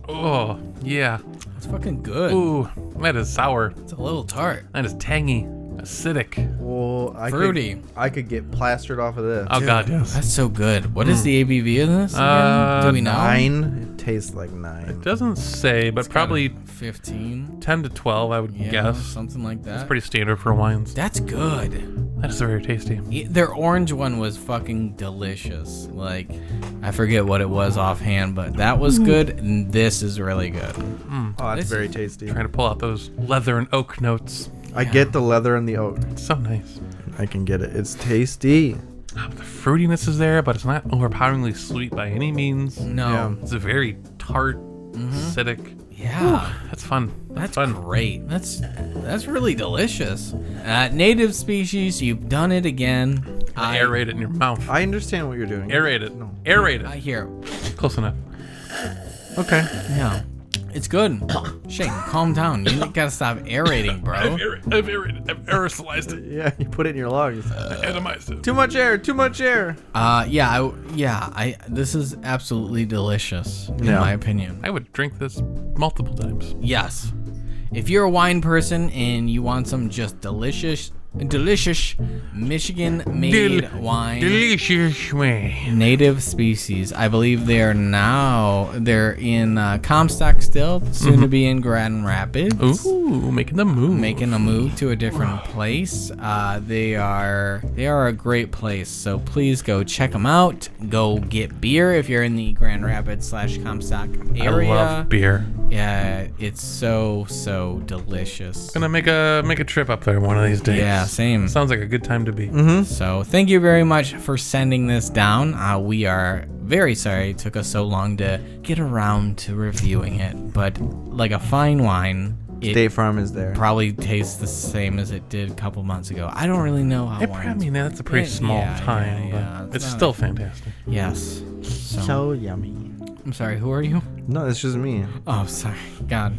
Speaker 3: oh, yeah.
Speaker 2: That's fucking good.
Speaker 3: Ooh, that is sour.
Speaker 2: It's a little tart.
Speaker 3: That is tangy, acidic.
Speaker 1: Well, I
Speaker 2: Fruity.
Speaker 1: Could, I could get plastered off of this.
Speaker 3: Oh God, yes.
Speaker 2: That's so good. What is the ABV of this? Again?
Speaker 3: Hmm. Uh,
Speaker 2: do we know?
Speaker 1: Nine. It tastes like nine.
Speaker 3: Doesn't say, but probably
Speaker 2: fifteen.
Speaker 3: ten to twelve, I would
Speaker 2: Yeah,
Speaker 3: guess.
Speaker 2: something like that.
Speaker 3: Pretty standard for wines.
Speaker 2: That's good.
Speaker 3: That is very tasty.
Speaker 2: Yeah, Their orange one was fucking delicious. Like, I forget what it was offhand, but that was good, and this is really good.
Speaker 1: Oh, that's
Speaker 2: This-
Speaker 1: very tasty.
Speaker 3: Trying to pull out those leather and oak notes.
Speaker 1: I get the leather and the oak.
Speaker 3: It's so nice.
Speaker 1: I can get it. It's tasty.
Speaker 3: Ah, but The fruitiness is there, but it's not overpoweringly sweet by any means.
Speaker 2: No.
Speaker 3: It's a very tart, acidic.
Speaker 2: Yeah.
Speaker 3: That's fun. Mm-hmm. That's,
Speaker 2: That's
Speaker 3: fun.
Speaker 2: great. That's that's really delicious. Uh, native species, you've done it again. I,
Speaker 3: Aerate it in your mouth.
Speaker 1: I understand what you're doing.
Speaker 3: Aerate it.
Speaker 1: No.
Speaker 3: Aerate
Speaker 2: I
Speaker 3: it.
Speaker 2: hear.
Speaker 3: Close enough.
Speaker 1: Okay.
Speaker 2: Yeah. It's good. Shane, calm down. You gotta stop aerating, bro.
Speaker 3: I've, aer- I've aerated. I've aerosolized it.
Speaker 1: Yeah, you put it in your lungs.
Speaker 3: I've atomized it.
Speaker 1: Too much air. Too much air.
Speaker 2: Uh, yeah, I, yeah. I this is absolutely delicious in
Speaker 1: Yeah.
Speaker 2: my opinion.
Speaker 3: I would drink this multiple times.
Speaker 2: Yes. If you're a wine person and you want some just delicious delicious Michigan made
Speaker 3: Del-
Speaker 2: wine.
Speaker 3: Delicious way.
Speaker 2: native species. I believe they are now they're in uh, Comstock still, soon to be in Grand Rapids.
Speaker 3: Mm-hmm. Ooh, making the move.
Speaker 2: Making a move to a different place. Uh, they are they are a great place, so please go check them out. Go get beer if you're in the Grand Rapids slash Comstock
Speaker 3: I
Speaker 2: area.
Speaker 3: love beer.
Speaker 2: Yeah, it's so so delicious.
Speaker 3: Gonna make a make a trip up there one of these days.
Speaker 2: Yeah, same.
Speaker 3: Sounds like a good time to be.
Speaker 2: So thank you very much for sending this down. Uh, we are very sorry it took us so long to get around to reviewing it, but like a fine wine, it
Speaker 1: State Farm is there.
Speaker 2: probably tastes the same as it did a couple months ago. I don't really know how
Speaker 3: I, I
Speaker 2: wines.
Speaker 3: mean, that's a pretty
Speaker 2: Yeah,
Speaker 3: small
Speaker 2: yeah,
Speaker 3: time,
Speaker 2: yeah, yeah. It's
Speaker 3: but it's,
Speaker 2: not-
Speaker 3: still fantastic.
Speaker 2: yes. So,
Speaker 1: yummy.
Speaker 2: I'm sorry. Who are you?
Speaker 1: No, it's just me.
Speaker 2: Oh, sorry. God.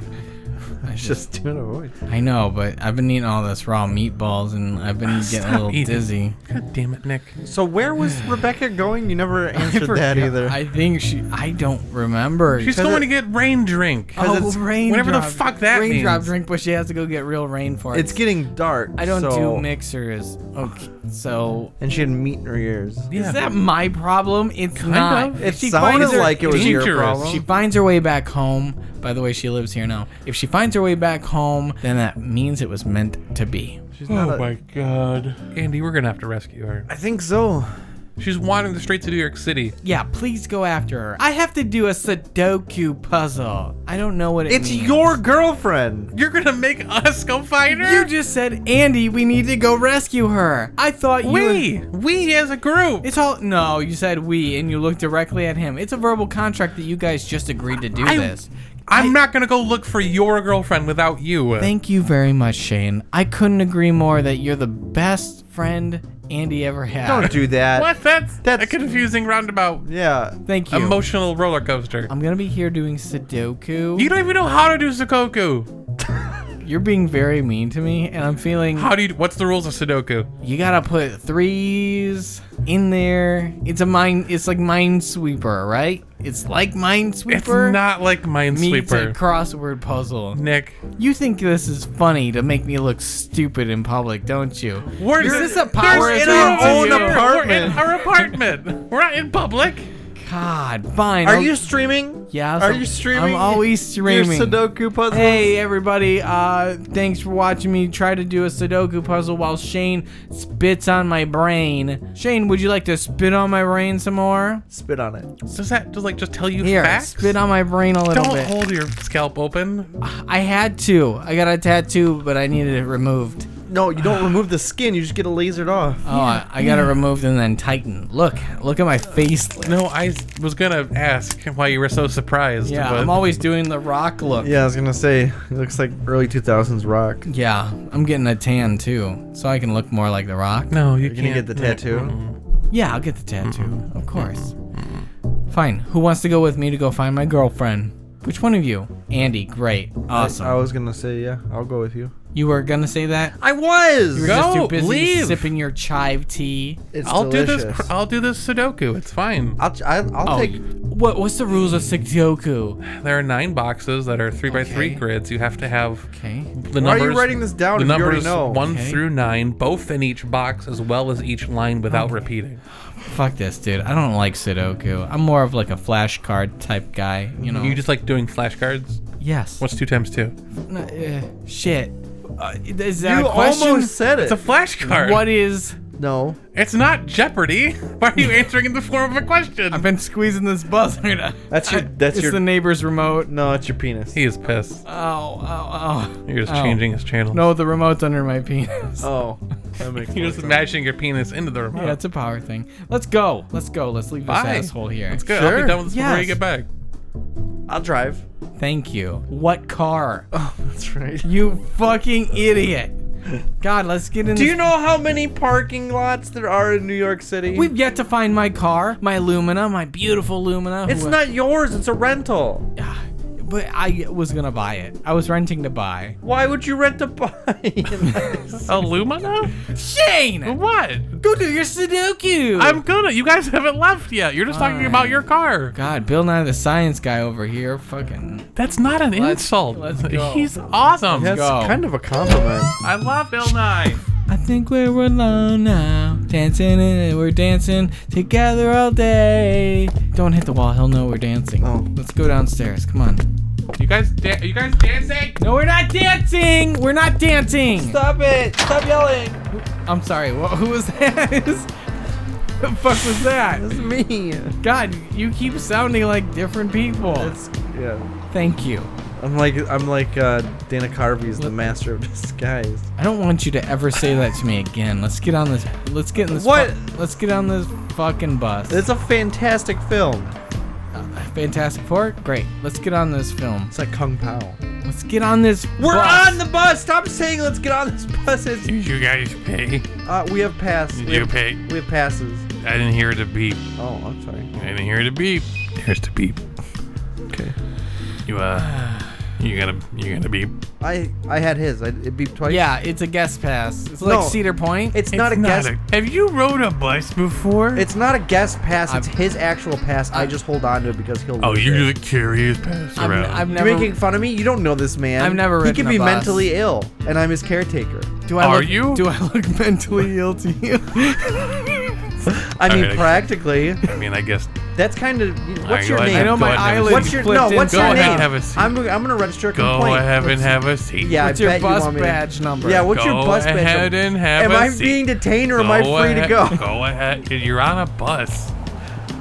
Speaker 2: I
Speaker 1: It's
Speaker 2: just,
Speaker 1: just doing a voice.
Speaker 2: I know, but I've been eating all this raw meatballs and I've been getting
Speaker 3: Stop
Speaker 2: a little
Speaker 3: eating.
Speaker 2: dizzy.
Speaker 3: God damn it, Nick.
Speaker 1: So where was Rebecca going? You never
Speaker 2: I
Speaker 1: answered
Speaker 2: forgot-
Speaker 1: that either.
Speaker 2: I think she. I don't remember.
Speaker 3: She's going to get rain drink.
Speaker 1: Oh, 'Cause it's-
Speaker 3: whatever the fuck that
Speaker 2: raindrop
Speaker 3: means.
Speaker 2: drink, but she has to go get real rain for it.
Speaker 1: it's getting dark.
Speaker 2: I don't
Speaker 1: so-
Speaker 2: do mixers. Okay, so
Speaker 1: And she had meat in her ears.
Speaker 3: Yeah.
Speaker 2: is that my problem? It's not.
Speaker 3: of.
Speaker 1: It
Speaker 2: She
Speaker 1: sounded
Speaker 2: finds her-
Speaker 1: like it was your
Speaker 3: dangerous.
Speaker 1: problem.
Speaker 2: She finds her way back home. By the way, she lives here now. If she finds her way back home, then that means it was meant to be.
Speaker 1: She's
Speaker 3: Oh
Speaker 1: not a-
Speaker 3: my god. Andy, we're gonna have to rescue her.
Speaker 1: I think so.
Speaker 3: She's wandering the streets of New York City.
Speaker 2: Yeah, please go after her. I have to do a Sudoku puzzle. I don't know what it
Speaker 1: It's
Speaker 2: means.
Speaker 1: your girlfriend.
Speaker 3: You're gonna make us go find her?
Speaker 2: You just said, Andy, we need to go rescue her. I thought you. and-
Speaker 3: we! We as a group!
Speaker 2: It's all no. You said we, and you looked directly at him. It's a verbal contract that you guys just agreed to do
Speaker 3: I-
Speaker 2: this.
Speaker 3: I'm not gonna go look for your girlfriend without you.
Speaker 2: Thank you very much, Shane. I couldn't agree more that you're the best friend Andy ever had.
Speaker 1: Don't do that.
Speaker 3: what? That's,
Speaker 1: That's-
Speaker 3: a confusing roundabout
Speaker 1: Yeah.
Speaker 2: Thank you.
Speaker 3: emotional roller coaster.
Speaker 2: I'm gonna be here doing Sudoku.
Speaker 3: you don't even know how to do Sudoku.
Speaker 2: You're being very mean to me, and I'm feeling
Speaker 3: How do you? What's the rules of Sudoku?
Speaker 2: you gotta put threes in there. It's a mine. It's like Minesweeper, right? It's like Minesweeper.
Speaker 3: It's not like
Speaker 2: Meets a
Speaker 3: Minesweeper.
Speaker 2: crossword puzzle.
Speaker 3: Nick,
Speaker 2: You think this is funny to make me look stupid in public, don't you?
Speaker 3: we're
Speaker 2: is this a
Speaker 3: we're
Speaker 2: power
Speaker 3: in
Speaker 2: attack
Speaker 3: our
Speaker 2: to
Speaker 3: own
Speaker 2: you?
Speaker 3: apartment.
Speaker 1: apartment.
Speaker 3: We're in our apartment. we're not in public.
Speaker 2: God, fine.
Speaker 1: Are
Speaker 2: I'll-
Speaker 1: you streaming?
Speaker 2: Yeah.
Speaker 1: Are
Speaker 2: so-
Speaker 1: you streaming?
Speaker 2: I'm always streaming.
Speaker 1: Your Sudoku puzzle.
Speaker 2: Hey everybody! Uh, thanks for watching me try to do a Sudoku puzzle while Shane spits on my brain. Shane, would you like to spit on my brain some more?
Speaker 1: Spit on it.
Speaker 3: Does that just like just tell you
Speaker 2: Here,
Speaker 3: facts?
Speaker 2: spit on my brain a little
Speaker 3: Don't
Speaker 2: bit.
Speaker 3: hold your scalp open.
Speaker 2: I had to. I got a tattoo, but I needed it removed.
Speaker 1: No, you don't remove the skin. You just get it lasered off.
Speaker 2: Oh, I, I got it removed and then tightened. Look, look at my face.
Speaker 3: No, I was gonna ask why you were so surprised.
Speaker 2: Yeah,
Speaker 3: but
Speaker 2: I'm always doing the rock look.
Speaker 1: Yeah, I was gonna say it looks like early 2000s rock.
Speaker 2: Yeah, I'm getting a tan too, so I can look more like The Rock.
Speaker 3: No, you
Speaker 1: You're
Speaker 3: can't
Speaker 1: gonna get the tattoo.
Speaker 2: Yeah, I'll get the tattoo, of course. Fine. Who wants to go with me to go find my girlfriend? Which one of you? Andy, great. Awesome.
Speaker 1: I was gonna say yeah. I'll go with you.
Speaker 2: you were going to say that?
Speaker 1: I was.
Speaker 2: You were
Speaker 3: Go,
Speaker 2: just too busy
Speaker 3: leave.
Speaker 2: sipping your chive tea.
Speaker 1: It's
Speaker 3: I'll
Speaker 1: delicious.
Speaker 3: do this. cr- I'll do this Sudoku. It's fine.
Speaker 1: I'll, ch- I'll, I'll
Speaker 2: Oh,
Speaker 1: take.
Speaker 2: y- what, what's the rules of Sudoku?
Speaker 3: There are nine boxes that are three by three
Speaker 2: Okay.
Speaker 3: grids. You have to have
Speaker 2: Okay.
Speaker 3: the
Speaker 1: Why
Speaker 3: numbers.
Speaker 1: are you writing this down
Speaker 3: the
Speaker 1: if you already
Speaker 3: numbers
Speaker 1: know?
Speaker 3: one
Speaker 2: Okay.
Speaker 3: through nine, both in each box, as well as each line without repeating.
Speaker 2: Fuck this, dude. I don't like Sudoku. I'm more of like a flashcard type guy, you know?
Speaker 3: You just like doing flashcards.
Speaker 2: yes.
Speaker 3: What's two times two?
Speaker 2: No, uh, shit. Uh, is that
Speaker 1: You
Speaker 2: a question?
Speaker 1: almost said it.
Speaker 3: It's a flashcard.
Speaker 2: what is.
Speaker 1: no.
Speaker 3: It's not Jeopardy. Why are you answering in the form of a question?
Speaker 2: I've been squeezing this buzzer.
Speaker 1: That's your- that's
Speaker 2: it's
Speaker 1: your-
Speaker 2: the neighbor's remote.
Speaker 1: No, it's your penis.
Speaker 3: he is pissed.
Speaker 2: Oh, oh, oh.
Speaker 3: You're just
Speaker 2: Ow.
Speaker 3: changing his channel.
Speaker 2: No, the remote's under my penis.
Speaker 1: Oh, that makes
Speaker 3: You're just mashing your penis into the remote.
Speaker 2: Yeah, it's a power thing. Let's go. Let's go. Let's leave
Speaker 3: Bye.
Speaker 2: this asshole here.
Speaker 3: It's good. I'll
Speaker 1: Sure.
Speaker 3: be done with this before you
Speaker 2: Yes.
Speaker 3: get back.
Speaker 1: I'll drive.
Speaker 2: Thank you. What car?
Speaker 1: Oh, that's right.
Speaker 2: You fucking idiot. God, let's get in
Speaker 1: Do
Speaker 2: this-
Speaker 1: you know how many parking lots there are in New York City?
Speaker 2: We've yet to find my car, my Lumina, my beautiful Lumina.
Speaker 1: it's
Speaker 2: who-
Speaker 1: not yours. It's a rental.
Speaker 2: Ah, But I was gonna buy it. I was renting to buy.
Speaker 1: Why would you rent a bike?
Speaker 3: Illumina?
Speaker 2: Shane,
Speaker 3: What?
Speaker 2: go do your Sudoku.
Speaker 3: I'm gonna. You guys haven't left yet. You're just talking
Speaker 2: Fine.
Speaker 3: about your car.
Speaker 2: God, Bill Nye the Science Guy over here, fucking.
Speaker 3: That's not an
Speaker 2: Let's-
Speaker 3: insult.
Speaker 2: let's go.
Speaker 3: He's awesome.
Speaker 1: That's
Speaker 2: go.
Speaker 1: kind of a compliment.
Speaker 3: I love Bill Nye.
Speaker 2: I think we're alone now. Dancing and we're dancing together all day. Don't hit the wall. He'll know we're dancing.
Speaker 1: Oh.
Speaker 2: Let's go downstairs. Come on.
Speaker 3: You guys, da- you guys dancing?
Speaker 2: No, we're not dancing. We're not dancing.
Speaker 1: Stop it! Stop yelling!
Speaker 2: I'm sorry. Wha who was that? the fuck was that?
Speaker 1: This is me.
Speaker 2: God, you keep sounding like different people.
Speaker 1: It's yeah.
Speaker 2: Thank you.
Speaker 1: I'm like I'm like uh, Dana Carvey's the master of disguise.
Speaker 2: I don't want you to ever say that to me again. Let's get on this. Let's get in this.
Speaker 1: What?
Speaker 2: fu- let's get on this fucking bus.
Speaker 1: It's a fantastic film.
Speaker 2: Fantastic Four. Great. Let's get on this film.
Speaker 1: It's like Kung Pao.
Speaker 2: Let's get on this.
Speaker 1: We're
Speaker 2: bus.
Speaker 1: on the bus. Stop saying let's get on this bus. It's,
Speaker 3: Did you guys pay?
Speaker 1: uh, we have passes.
Speaker 3: Did
Speaker 1: We
Speaker 3: you
Speaker 1: have,
Speaker 3: pay?
Speaker 1: we have passes.
Speaker 3: I didn't hear the beep.
Speaker 1: Oh, I'm sorry.
Speaker 3: I didn't hear the beep. There's the beep.
Speaker 1: Okay.
Speaker 3: You uh, you gotta, you gotta beep.
Speaker 1: I I had his. I, it beeped twice.
Speaker 2: Yeah, it's a guest pass. It's like
Speaker 1: No.
Speaker 2: Cedar Point.
Speaker 1: It's, not a guest.
Speaker 3: a- have you rode a bus before?
Speaker 1: it's not a guest pass. It's
Speaker 2: I'm-
Speaker 1: his actual pass. I just hold on to it because he'll.
Speaker 3: oh,
Speaker 1: lose
Speaker 3: you
Speaker 1: it.
Speaker 3: do the curious pass
Speaker 2: I've,
Speaker 3: around.
Speaker 2: I've
Speaker 1: You're
Speaker 2: never.
Speaker 1: making fun of me. You don't know this man.
Speaker 2: I've never
Speaker 1: He
Speaker 2: ridden
Speaker 1: could
Speaker 2: a
Speaker 1: be
Speaker 2: bus.
Speaker 1: mentally ill, and I'm his caretaker.
Speaker 2: do I
Speaker 3: Are
Speaker 2: look,
Speaker 3: you?
Speaker 2: Do I look mentally ill to you?
Speaker 1: I mean,
Speaker 3: Alright.
Speaker 1: practically.
Speaker 3: I mean, I guess.
Speaker 1: That's kind of.
Speaker 3: I-
Speaker 1: What's your
Speaker 3: I-
Speaker 1: name?
Speaker 2: I know
Speaker 3: Go
Speaker 2: my
Speaker 3: ahead and have a
Speaker 2: eyelids
Speaker 1: What's your
Speaker 2: flipped
Speaker 1: no?
Speaker 2: in.
Speaker 1: What's
Speaker 3: Go
Speaker 1: your
Speaker 3: ahead
Speaker 1: name?
Speaker 3: and have a seat.
Speaker 1: I'm, I'm gonna register a
Speaker 3: Go
Speaker 1: complaint.
Speaker 3: ahead and have a seat.
Speaker 1: Yeah,
Speaker 2: What's
Speaker 1: I
Speaker 2: your
Speaker 1: bet you
Speaker 2: bus
Speaker 1: want me to-
Speaker 2: badge number?
Speaker 1: Yeah, what's your
Speaker 3: Go
Speaker 1: bus badge?
Speaker 3: ahead and have
Speaker 1: am
Speaker 3: a
Speaker 1: I
Speaker 3: seat.
Speaker 1: being detained or am I free to
Speaker 3: ahead-
Speaker 1: go?
Speaker 3: Go ahead. You're on a bus.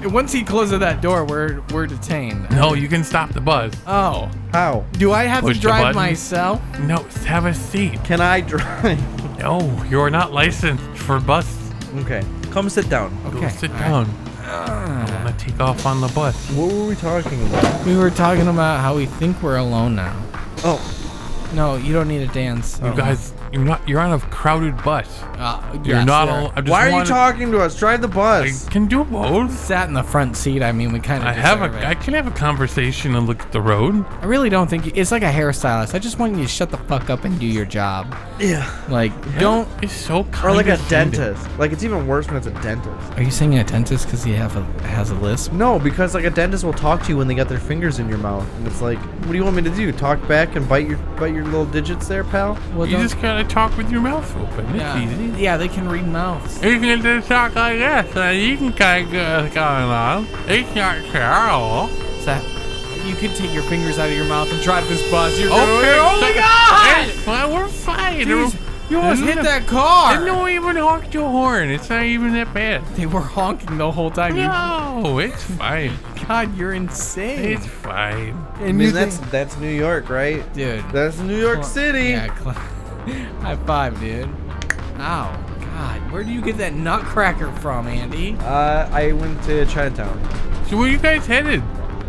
Speaker 2: Once he closes that door, we're we're detained.
Speaker 3: No, you can stop the bus.
Speaker 2: Oh,
Speaker 1: How?
Speaker 2: do I have
Speaker 3: Push
Speaker 2: to
Speaker 3: the
Speaker 2: drive
Speaker 3: button.
Speaker 2: myself?
Speaker 3: No, have a seat.
Speaker 1: Can I drive?
Speaker 3: No, you're not licensed for bus.
Speaker 1: okay, come sit down.
Speaker 3: Go
Speaker 2: Okay,
Speaker 3: sit
Speaker 2: all right.
Speaker 3: down. I'm gonna take off on the bus.
Speaker 1: What were we talking about?
Speaker 2: We were talking about how we think we're alone now.
Speaker 1: Oh,
Speaker 2: No, you don't need to dance.
Speaker 3: You guys, you're not. You're on a crowded bus.
Speaker 2: Uh,
Speaker 3: You're
Speaker 2: yes,
Speaker 3: not.
Speaker 2: we
Speaker 3: Al- I just
Speaker 1: why are you
Speaker 3: wanna-
Speaker 1: talking to us? Drive the
Speaker 3: I
Speaker 1: bus.
Speaker 3: can do both.
Speaker 2: Sat in the front seat. I mean, we kind of.
Speaker 3: I have a. I can have a conversation and look at the road.
Speaker 2: I really don't think you, it's like a hairstylist. I just want you to shut the fuck up and do your job.
Speaker 1: yeah.
Speaker 2: Like, don't.
Speaker 3: It's so.
Speaker 1: Or like a
Speaker 3: condescending.
Speaker 1: dentist. Like it's even worse when it's a dentist.
Speaker 2: Are you saying a dentist because he have a has a lisp?
Speaker 1: No, because like a dentist will talk to you when they got their fingers in your mouth, and it's like, what do you want me to do? Talk back and bite your bite your little digits there, pal?
Speaker 2: Well,
Speaker 3: You
Speaker 2: don't-
Speaker 3: just gotta talk with your mouth open. It's
Speaker 2: yeah.
Speaker 3: easy.
Speaker 2: yeah, they can read mouths.
Speaker 3: You can just talk like this, and you can kind of get what's going on. It's not terrible.
Speaker 2: Is that- you could take your fingers out of your mouth and drive this bus. You're
Speaker 3: Okay,
Speaker 2: Oh my
Speaker 3: so-
Speaker 2: god!
Speaker 3: Yes, well, we're Mm. fine.
Speaker 2: Jeez, you almost hit
Speaker 3: Didn't-
Speaker 2: that car.
Speaker 3: No one even honked your horn. It's not even that bad.
Speaker 2: They were honking the whole time.
Speaker 3: No, it's fine.
Speaker 2: You, god, you're insane.
Speaker 3: It's fine.
Speaker 1: I
Speaker 2: And
Speaker 1: mean,
Speaker 2: you
Speaker 1: that's
Speaker 2: think-
Speaker 1: that's New York, right?
Speaker 2: dude.
Speaker 1: That's New York
Speaker 2: Cla-
Speaker 1: City.
Speaker 2: Yeah, cla- high five, dude. Ow, God, where do you get that nutcracker from, Andy?
Speaker 1: Uh, I went to Chinatown.
Speaker 3: So where you guys headed?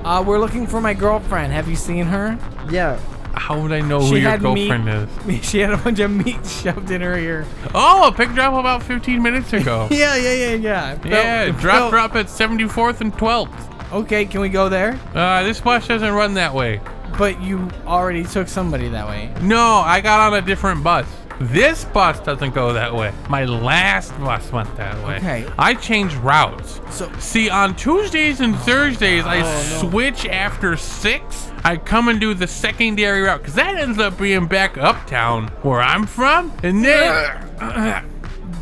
Speaker 2: Uh, we're looking for my girlfriend. Have you seen her?
Speaker 1: Yeah.
Speaker 3: How would I know who
Speaker 2: She
Speaker 3: your
Speaker 2: had meat.
Speaker 3: girlfriend is?
Speaker 2: She had a bunch of meat shoved in her ear.
Speaker 3: Oh, pick drop about 15 minutes ago.
Speaker 2: Yeah, yeah, yeah, yeah. Felt-
Speaker 3: yeah,
Speaker 2: felt-
Speaker 3: drop drop at 74th and 12th.
Speaker 2: Okay, can we go there?
Speaker 3: Uh, this bus doesn't run that way.
Speaker 2: But you already took somebody that way.
Speaker 3: No, I got on a different bus. This bus doesn't go that way. My last bus went that way.
Speaker 2: Okay.
Speaker 3: I changed routes.
Speaker 2: So
Speaker 3: See, on Tuesdays and Thursdays, I
Speaker 2: Oh, no.
Speaker 3: switch after six. I come and do the secondary route because that ends up being back uptown where I'm from. And then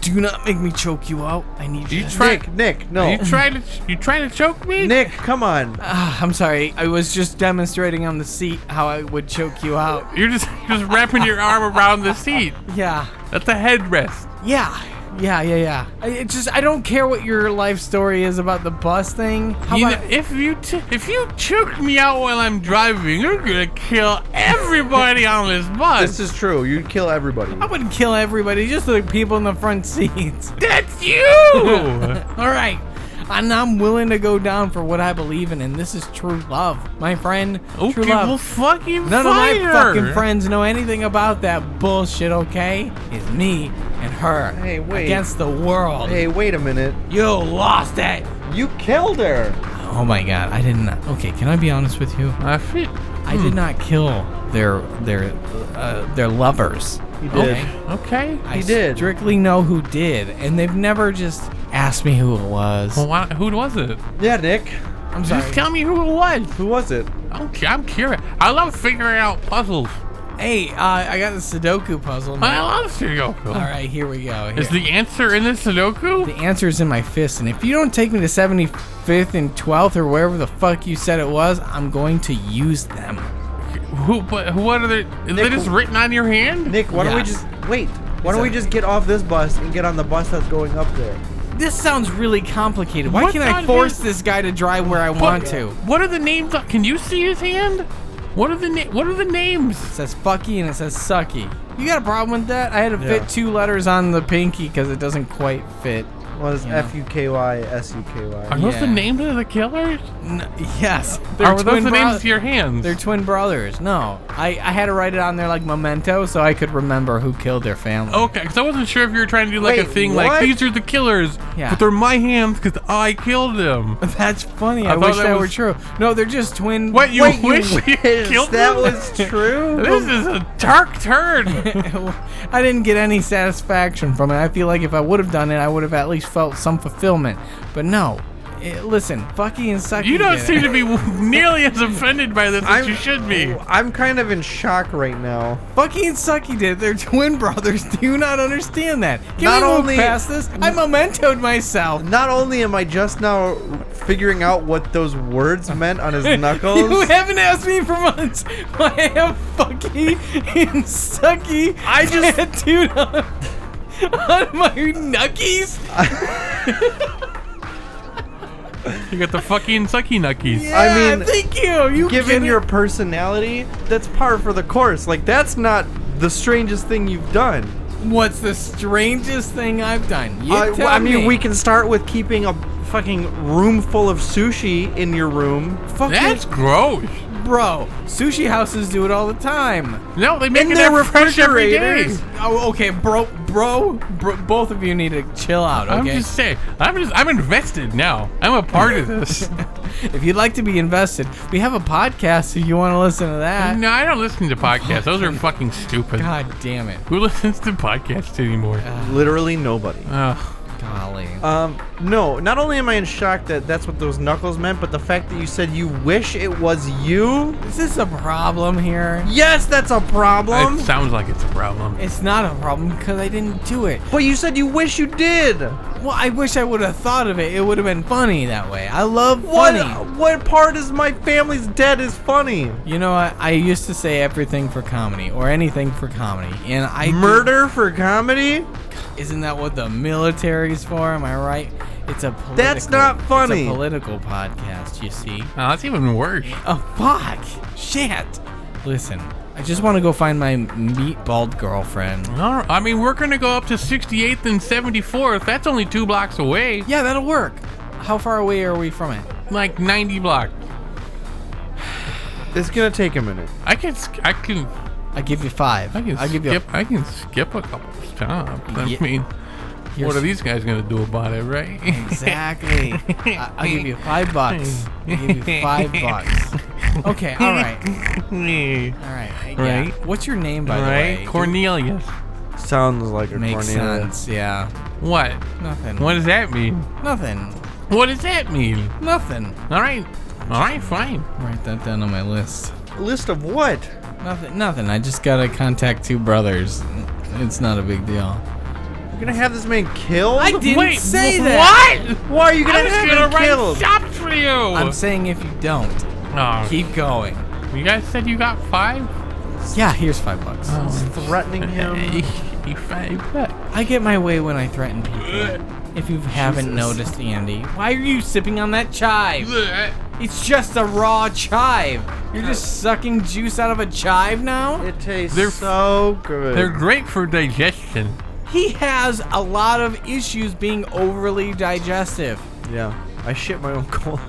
Speaker 2: do not make me choke you out. I need you.
Speaker 3: you
Speaker 2: to-
Speaker 3: try,
Speaker 1: Nick, Nick, no.
Speaker 3: you try to, you try to choke me.
Speaker 1: Nick, come on.
Speaker 2: Ah, I'm sorry. I was just demonstrating on the seat how I would choke you out.
Speaker 3: You're just just wrapping your arm around the seat.
Speaker 2: Yeah.
Speaker 3: That's a headrest.
Speaker 2: Yeah. Yeah, yeah, yeah. I, it just I don't care what your life story is about the bus thing. How
Speaker 3: You
Speaker 2: about
Speaker 3: know, if you t- if you choke me out while I'm driving, you're gonna kill everybody on this bus.
Speaker 1: This is true. You'd kill everybody.
Speaker 2: I wouldn't kill everybody, just the people in the front seats.
Speaker 3: That's you.
Speaker 2: All right. And I'm willing to go down for what I believe in, and this is true love, my friend.
Speaker 3: Okay,
Speaker 2: true love.
Speaker 3: well, fucking
Speaker 2: None
Speaker 3: fire.
Speaker 2: of my fucking friends know anything about that bullshit, okay? It's me and her
Speaker 1: Hey, wait.
Speaker 2: against the world.
Speaker 1: Hey, wait a minute.
Speaker 2: You lost it.
Speaker 1: You killed her.
Speaker 2: Oh my god, I didn't. Okay, can I be honest with you?
Speaker 3: I fit.
Speaker 2: I
Speaker 1: Hmm.
Speaker 2: did not kill their their uh, their lovers.
Speaker 1: You did.
Speaker 2: Okay.
Speaker 3: Okay.
Speaker 2: I
Speaker 1: He did.
Speaker 2: strictly know who did, and they've never just asked me who it was.
Speaker 1: Oh,
Speaker 3: Well, why, who was it?
Speaker 1: Yeah, Nick.
Speaker 2: I'm sorry.
Speaker 3: Just tell me who it was.
Speaker 1: Who was it?
Speaker 3: I'm, cu- I'm curious. I love figuring out puzzles.
Speaker 2: Hey, uh, I got the Sudoku puzzle.
Speaker 3: I
Speaker 2: man.
Speaker 3: love Sudoku.
Speaker 2: All right, here we go.
Speaker 3: Is
Speaker 2: Here.
Speaker 3: the answer in the Sudoku?
Speaker 2: The answer is in my fist, and if you don't take me to 75th and 12th or wherever the fuck you said it was, I'm going to use them.
Speaker 3: Who? But what are they? They're just written on your hand.
Speaker 1: Nick, why don't we
Speaker 2: Yes.
Speaker 1: just wait? Why don't we just get off this bus and get on the bus that's going up there?
Speaker 2: This sounds really complicated. Why
Speaker 3: What
Speaker 2: can't I
Speaker 3: on
Speaker 2: force
Speaker 3: earth-
Speaker 2: this guy to drive where I want to? It
Speaker 3: What are the names? on- Can you see his hand? What are the na- What are the names?
Speaker 2: says fucky and it says sucky. You got a problem with that? I had to
Speaker 1: Yeah.
Speaker 2: fit two letters on the pinky because it doesn't quite fit.
Speaker 1: Well, it's
Speaker 2: Yeah.
Speaker 1: F U K Y S U K
Speaker 3: Are
Speaker 1: Y.
Speaker 3: those the
Speaker 2: Yeah.
Speaker 3: names of the killers?
Speaker 2: N- yes.
Speaker 3: Are those the
Speaker 2: twin bro-
Speaker 3: names of your hands?
Speaker 2: They're twin brothers. No, I, I had to write it on there like memento so I could remember who killed their family.
Speaker 3: Okay, because I wasn't sure if you were trying to do like a
Speaker 1: Wait,
Speaker 3: thing
Speaker 1: what?
Speaker 3: like these are the killers,
Speaker 2: Yeah.
Speaker 3: but they're my hands because I killed them.
Speaker 2: That's funny.
Speaker 3: I
Speaker 2: I,
Speaker 3: thought
Speaker 2: wish
Speaker 3: that
Speaker 2: that, were
Speaker 3: was-
Speaker 2: true. No, they're just twin.
Speaker 3: What you
Speaker 1: Wait, you
Speaker 3: wish you,
Speaker 1: wish
Speaker 3: killed
Speaker 1: that
Speaker 3: them?
Speaker 1: was true?
Speaker 3: this is a dark turn.
Speaker 2: I didn't get any satisfaction from it. I feel like if I would have done it, I would have at least felt some fulfillment. But no. Eh, listen, Bucky and Sucky.
Speaker 3: you don't
Speaker 2: did
Speaker 3: seem
Speaker 2: it.
Speaker 3: to be nearly as offended by this as
Speaker 1: I'm-
Speaker 3: you should be.
Speaker 1: I'm kind of in shock right now.
Speaker 2: Bucky and Sucky did. it. They're twin brothers. Do you not understand that? Can
Speaker 1: Not
Speaker 2: we move
Speaker 1: only-
Speaker 2: past this? I mementoed myself.
Speaker 1: Not only am I just now figuring out what those words meant on his
Speaker 2: You
Speaker 1: knuckles,
Speaker 2: haven't asked me for months. Why I have Bucky and Sucky I just tattooed on, on my knuckies.
Speaker 3: You got the fucking sucky nuckies.
Speaker 1: I
Speaker 2: Yeah,
Speaker 1: mean,
Speaker 2: thank you. You get
Speaker 1: given
Speaker 2: it.
Speaker 1: your personality, that's par for the course. Like that's not the strangest thing you've done.
Speaker 2: What's the strangest thing I've done? You
Speaker 1: I-
Speaker 2: tell
Speaker 1: I mean,
Speaker 2: me.
Speaker 1: we can start with keeping a fucking room full of sushi in your room.
Speaker 2: fucking
Speaker 3: That's gross.
Speaker 2: bro. Sushi houses do it all the time.
Speaker 3: No, they make
Speaker 1: In
Speaker 3: it
Speaker 1: their
Speaker 3: their fresh every day.
Speaker 1: refrigerators.
Speaker 2: Oh, okay, bro, bro, bro. Both of you need to chill out.
Speaker 3: I'm
Speaker 2: Okay.
Speaker 3: just saying. I'm just. I'm invested now. I'm a part of this.
Speaker 2: if you'd like to be invested, we have a podcast. If you want to listen to that,
Speaker 3: no, I don't listen to podcasts. Those are fucking stupid.
Speaker 2: God Uh, damn it,
Speaker 3: Who listens to podcasts anymore?
Speaker 1: Literally nobody.
Speaker 3: Ugh.
Speaker 2: golly.
Speaker 1: Um, no, not only am I in shock that that's what those knuckles meant, but the fact that you said you wish it was you?
Speaker 2: Is this a problem here?
Speaker 1: Yes, that's a problem.
Speaker 3: it sounds like it's a problem.
Speaker 2: It's not a problem because I didn't do it.
Speaker 1: But you said you wish you did.
Speaker 2: Well, I wish I would have thought of it. It would have been funny that way. I love
Speaker 1: What
Speaker 2: funny.
Speaker 1: what part is my family's dead is funny?
Speaker 2: You know what? I used to say everything for comedy or anything for comedy, and I
Speaker 1: Murder for comedy?
Speaker 2: Isn't that what the military's for? Am I right? It's a political,
Speaker 1: That's not funny.
Speaker 2: It's a political podcast, you see.
Speaker 3: Oh, that's even worse.
Speaker 2: Oh fuck! Shit! Listen, I just want to go find my meatballed girlfriend.
Speaker 3: All right, I mean, we're gonna go up to 68th and 74th. That's only two blocks away.
Speaker 2: Yeah, that'll work. How far away are we from it?
Speaker 3: Like 90 blocks.
Speaker 1: It's gonna take a minute.
Speaker 3: I can. sk- I can.
Speaker 2: I give you five.
Speaker 3: I can
Speaker 2: I'll give
Speaker 3: skip. I can skip a couple stops. I
Speaker 2: Ye-
Speaker 3: mean,
Speaker 2: you.
Speaker 3: what are these guys gonna do about it, right?
Speaker 2: Exactly. I, I'll give you five bucks. I'll give you five bucks. Okay. All right. All right. I- yeah.
Speaker 3: Right.
Speaker 2: What's your name, by the way?
Speaker 3: right,
Speaker 2: Do-
Speaker 3: Cornelius.
Speaker 1: Sounds like a
Speaker 2: Makes
Speaker 1: cornea.
Speaker 2: sense. Yeah.
Speaker 3: What?
Speaker 2: Nothing.
Speaker 3: What does that mean?
Speaker 2: Nothing.
Speaker 3: What does that mean?
Speaker 2: Nothing.
Speaker 3: All right. All right. Fine.
Speaker 2: Write that down on my list.
Speaker 1: List of what?
Speaker 2: Nothing. Nothing. I just gotta contact two brothers. It's not a big deal.
Speaker 1: You're gonna have this man killed?
Speaker 2: I didn't
Speaker 3: Wait.
Speaker 2: say
Speaker 3: wh-
Speaker 2: that.
Speaker 3: What?
Speaker 1: Why are you
Speaker 3: I
Speaker 1: gonna
Speaker 3: was
Speaker 1: have
Speaker 3: gonna
Speaker 1: him
Speaker 3: write
Speaker 1: killed?
Speaker 3: stops for you.
Speaker 2: I'm saying if you don't,
Speaker 3: Oh,
Speaker 2: keep going.
Speaker 3: you guys said you got five.
Speaker 2: Yeah, here's five bucks.
Speaker 1: Threatening him.
Speaker 3: five bucks.
Speaker 2: I get my way when I threaten people. If you haven't noticed, Andy, why are you sipping on that chive? It's just a raw chive. You're just sucking juice out of a chive now?
Speaker 1: It tastes
Speaker 3: They're-
Speaker 1: so good.
Speaker 3: They're great for digestion.
Speaker 2: He has a lot of issues being overly digestive.
Speaker 1: yeah. I shit my own coal.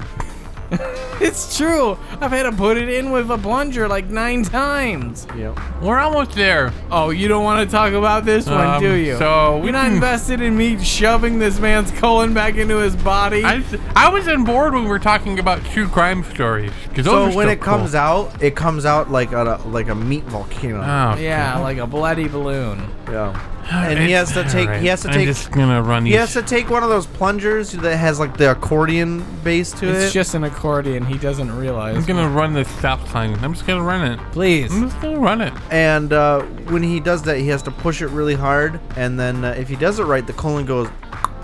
Speaker 2: It's true. I've had to put it in with a plunger like nine times.
Speaker 1: yep.
Speaker 3: We're almost there.
Speaker 2: Oh, you don't want to talk about this one,
Speaker 3: Um,
Speaker 2: do you?
Speaker 3: so we
Speaker 2: you're not
Speaker 3: can-
Speaker 2: invested in me shoving this man's colon back into his body.
Speaker 3: I, was- I was on board when we were talking about true crime stories. 'cause those
Speaker 1: So
Speaker 3: are
Speaker 1: when
Speaker 3: still
Speaker 1: it comes
Speaker 3: cool.
Speaker 1: out, it comes out like a like a meat volcano.
Speaker 3: Oh,
Speaker 2: yeah, like a bloody balloon.
Speaker 1: Yeah. and he has to take
Speaker 3: Alright,
Speaker 1: he has to
Speaker 3: I'm
Speaker 1: take
Speaker 3: just gonna run.
Speaker 1: he
Speaker 3: each-
Speaker 1: has to take one of those plungers that has like the accordion base to
Speaker 2: It's
Speaker 1: it.
Speaker 2: just an accordion. He doesn't
Speaker 3: I'm
Speaker 2: realize.
Speaker 3: gonna run the stop sign. I'm just gonna run it.
Speaker 2: Please.
Speaker 3: I'm just gonna run it.
Speaker 1: and uh, when he does that, he has to push it really hard, and then uh, if he does it right, the colon goes.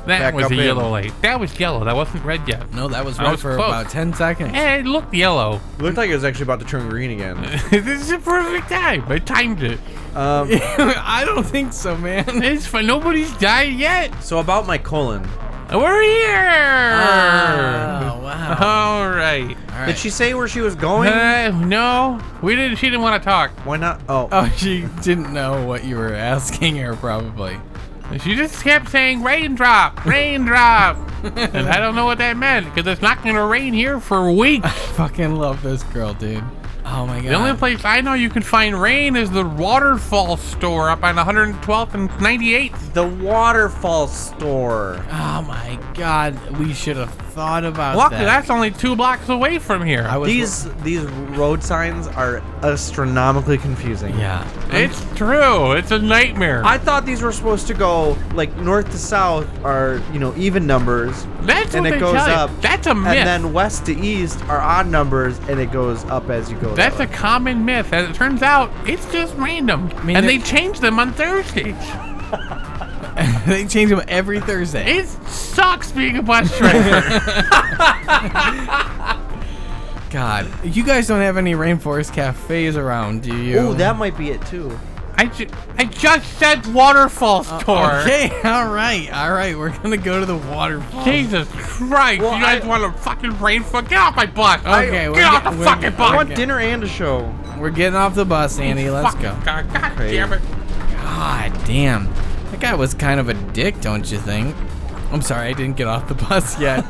Speaker 3: That
Speaker 1: Back
Speaker 3: was
Speaker 1: up
Speaker 3: a
Speaker 1: in.
Speaker 3: yellow light. That was yellow. That wasn't red yet.
Speaker 2: No, that was
Speaker 3: I
Speaker 2: red
Speaker 3: was
Speaker 2: for
Speaker 3: close.
Speaker 2: about 10 seconds.
Speaker 3: Hey, it looked yellow.
Speaker 1: Looked like it was actually about to turn green again.
Speaker 3: this is a perfect time. I timed it.
Speaker 1: Um,
Speaker 2: I don't think so, man.
Speaker 3: It's fun. Nobody's died yet.
Speaker 1: so about my colon,
Speaker 3: We're here.
Speaker 2: Oh, wow.
Speaker 3: All right.
Speaker 2: All right.
Speaker 1: did she say where she was going?
Speaker 3: Uh, no, we didn't. She didn't want to talk.
Speaker 1: Why not? Oh,
Speaker 2: Oh, she didn't know what you were asking her, probably.
Speaker 3: She just kept saying raindrop, raindrop, and I don't know what that meant because it's not gonna rain here for weeks.
Speaker 2: Fucking love this girl, dude. Oh my god.
Speaker 3: The only place I know you can find rain is the waterfall store up on 112th and 98th.
Speaker 1: the waterfall store.
Speaker 2: oh my god. We should have thought about
Speaker 3: Luckily,
Speaker 2: that.
Speaker 3: that's only two blocks away from here.
Speaker 2: I was
Speaker 1: These these road signs are astronomically confusing.
Speaker 2: Yeah.
Speaker 3: it's true. It's a nightmare.
Speaker 1: I thought these were supposed to go like north to south are you know even numbers,
Speaker 3: that's
Speaker 1: and
Speaker 3: what
Speaker 1: it
Speaker 3: they
Speaker 1: goes
Speaker 3: tell you.
Speaker 1: up,
Speaker 3: That's a myth.
Speaker 1: and then west to east are odd numbers, and it goes up as you go.
Speaker 3: That's a
Speaker 1: that way.
Speaker 3: common myth. As it turns out, it's just random.
Speaker 2: mean,
Speaker 3: and they
Speaker 2: it-
Speaker 3: change them on Thursdays.
Speaker 2: they change them every Thursday.
Speaker 3: It sucks being a bus driver.
Speaker 2: God. You guys don't have any Rainforest cafes around, do you?
Speaker 1: Ooh, that might be it too.
Speaker 3: I, ju- I just said waterfall store.
Speaker 2: Uh, Okay, all right, all right. We're gonna go to the waterfall.
Speaker 3: Jesus Christ.
Speaker 1: Well,
Speaker 3: you guys
Speaker 1: I-
Speaker 3: want a fucking rainfall? Get off my bus.
Speaker 2: Okay, we're
Speaker 3: Get off
Speaker 2: get-
Speaker 3: the
Speaker 2: we're-
Speaker 3: fucking
Speaker 1: I
Speaker 2: Okay.
Speaker 3: bus.
Speaker 1: want dinner and a show.
Speaker 2: We're getting off the bus, Andy. Let's
Speaker 3: Fucking
Speaker 2: go.
Speaker 3: God, God damn it.
Speaker 2: God damn. That guy was kind of a dick, don't you think? I'm sorry, I didn't get off the bus yet.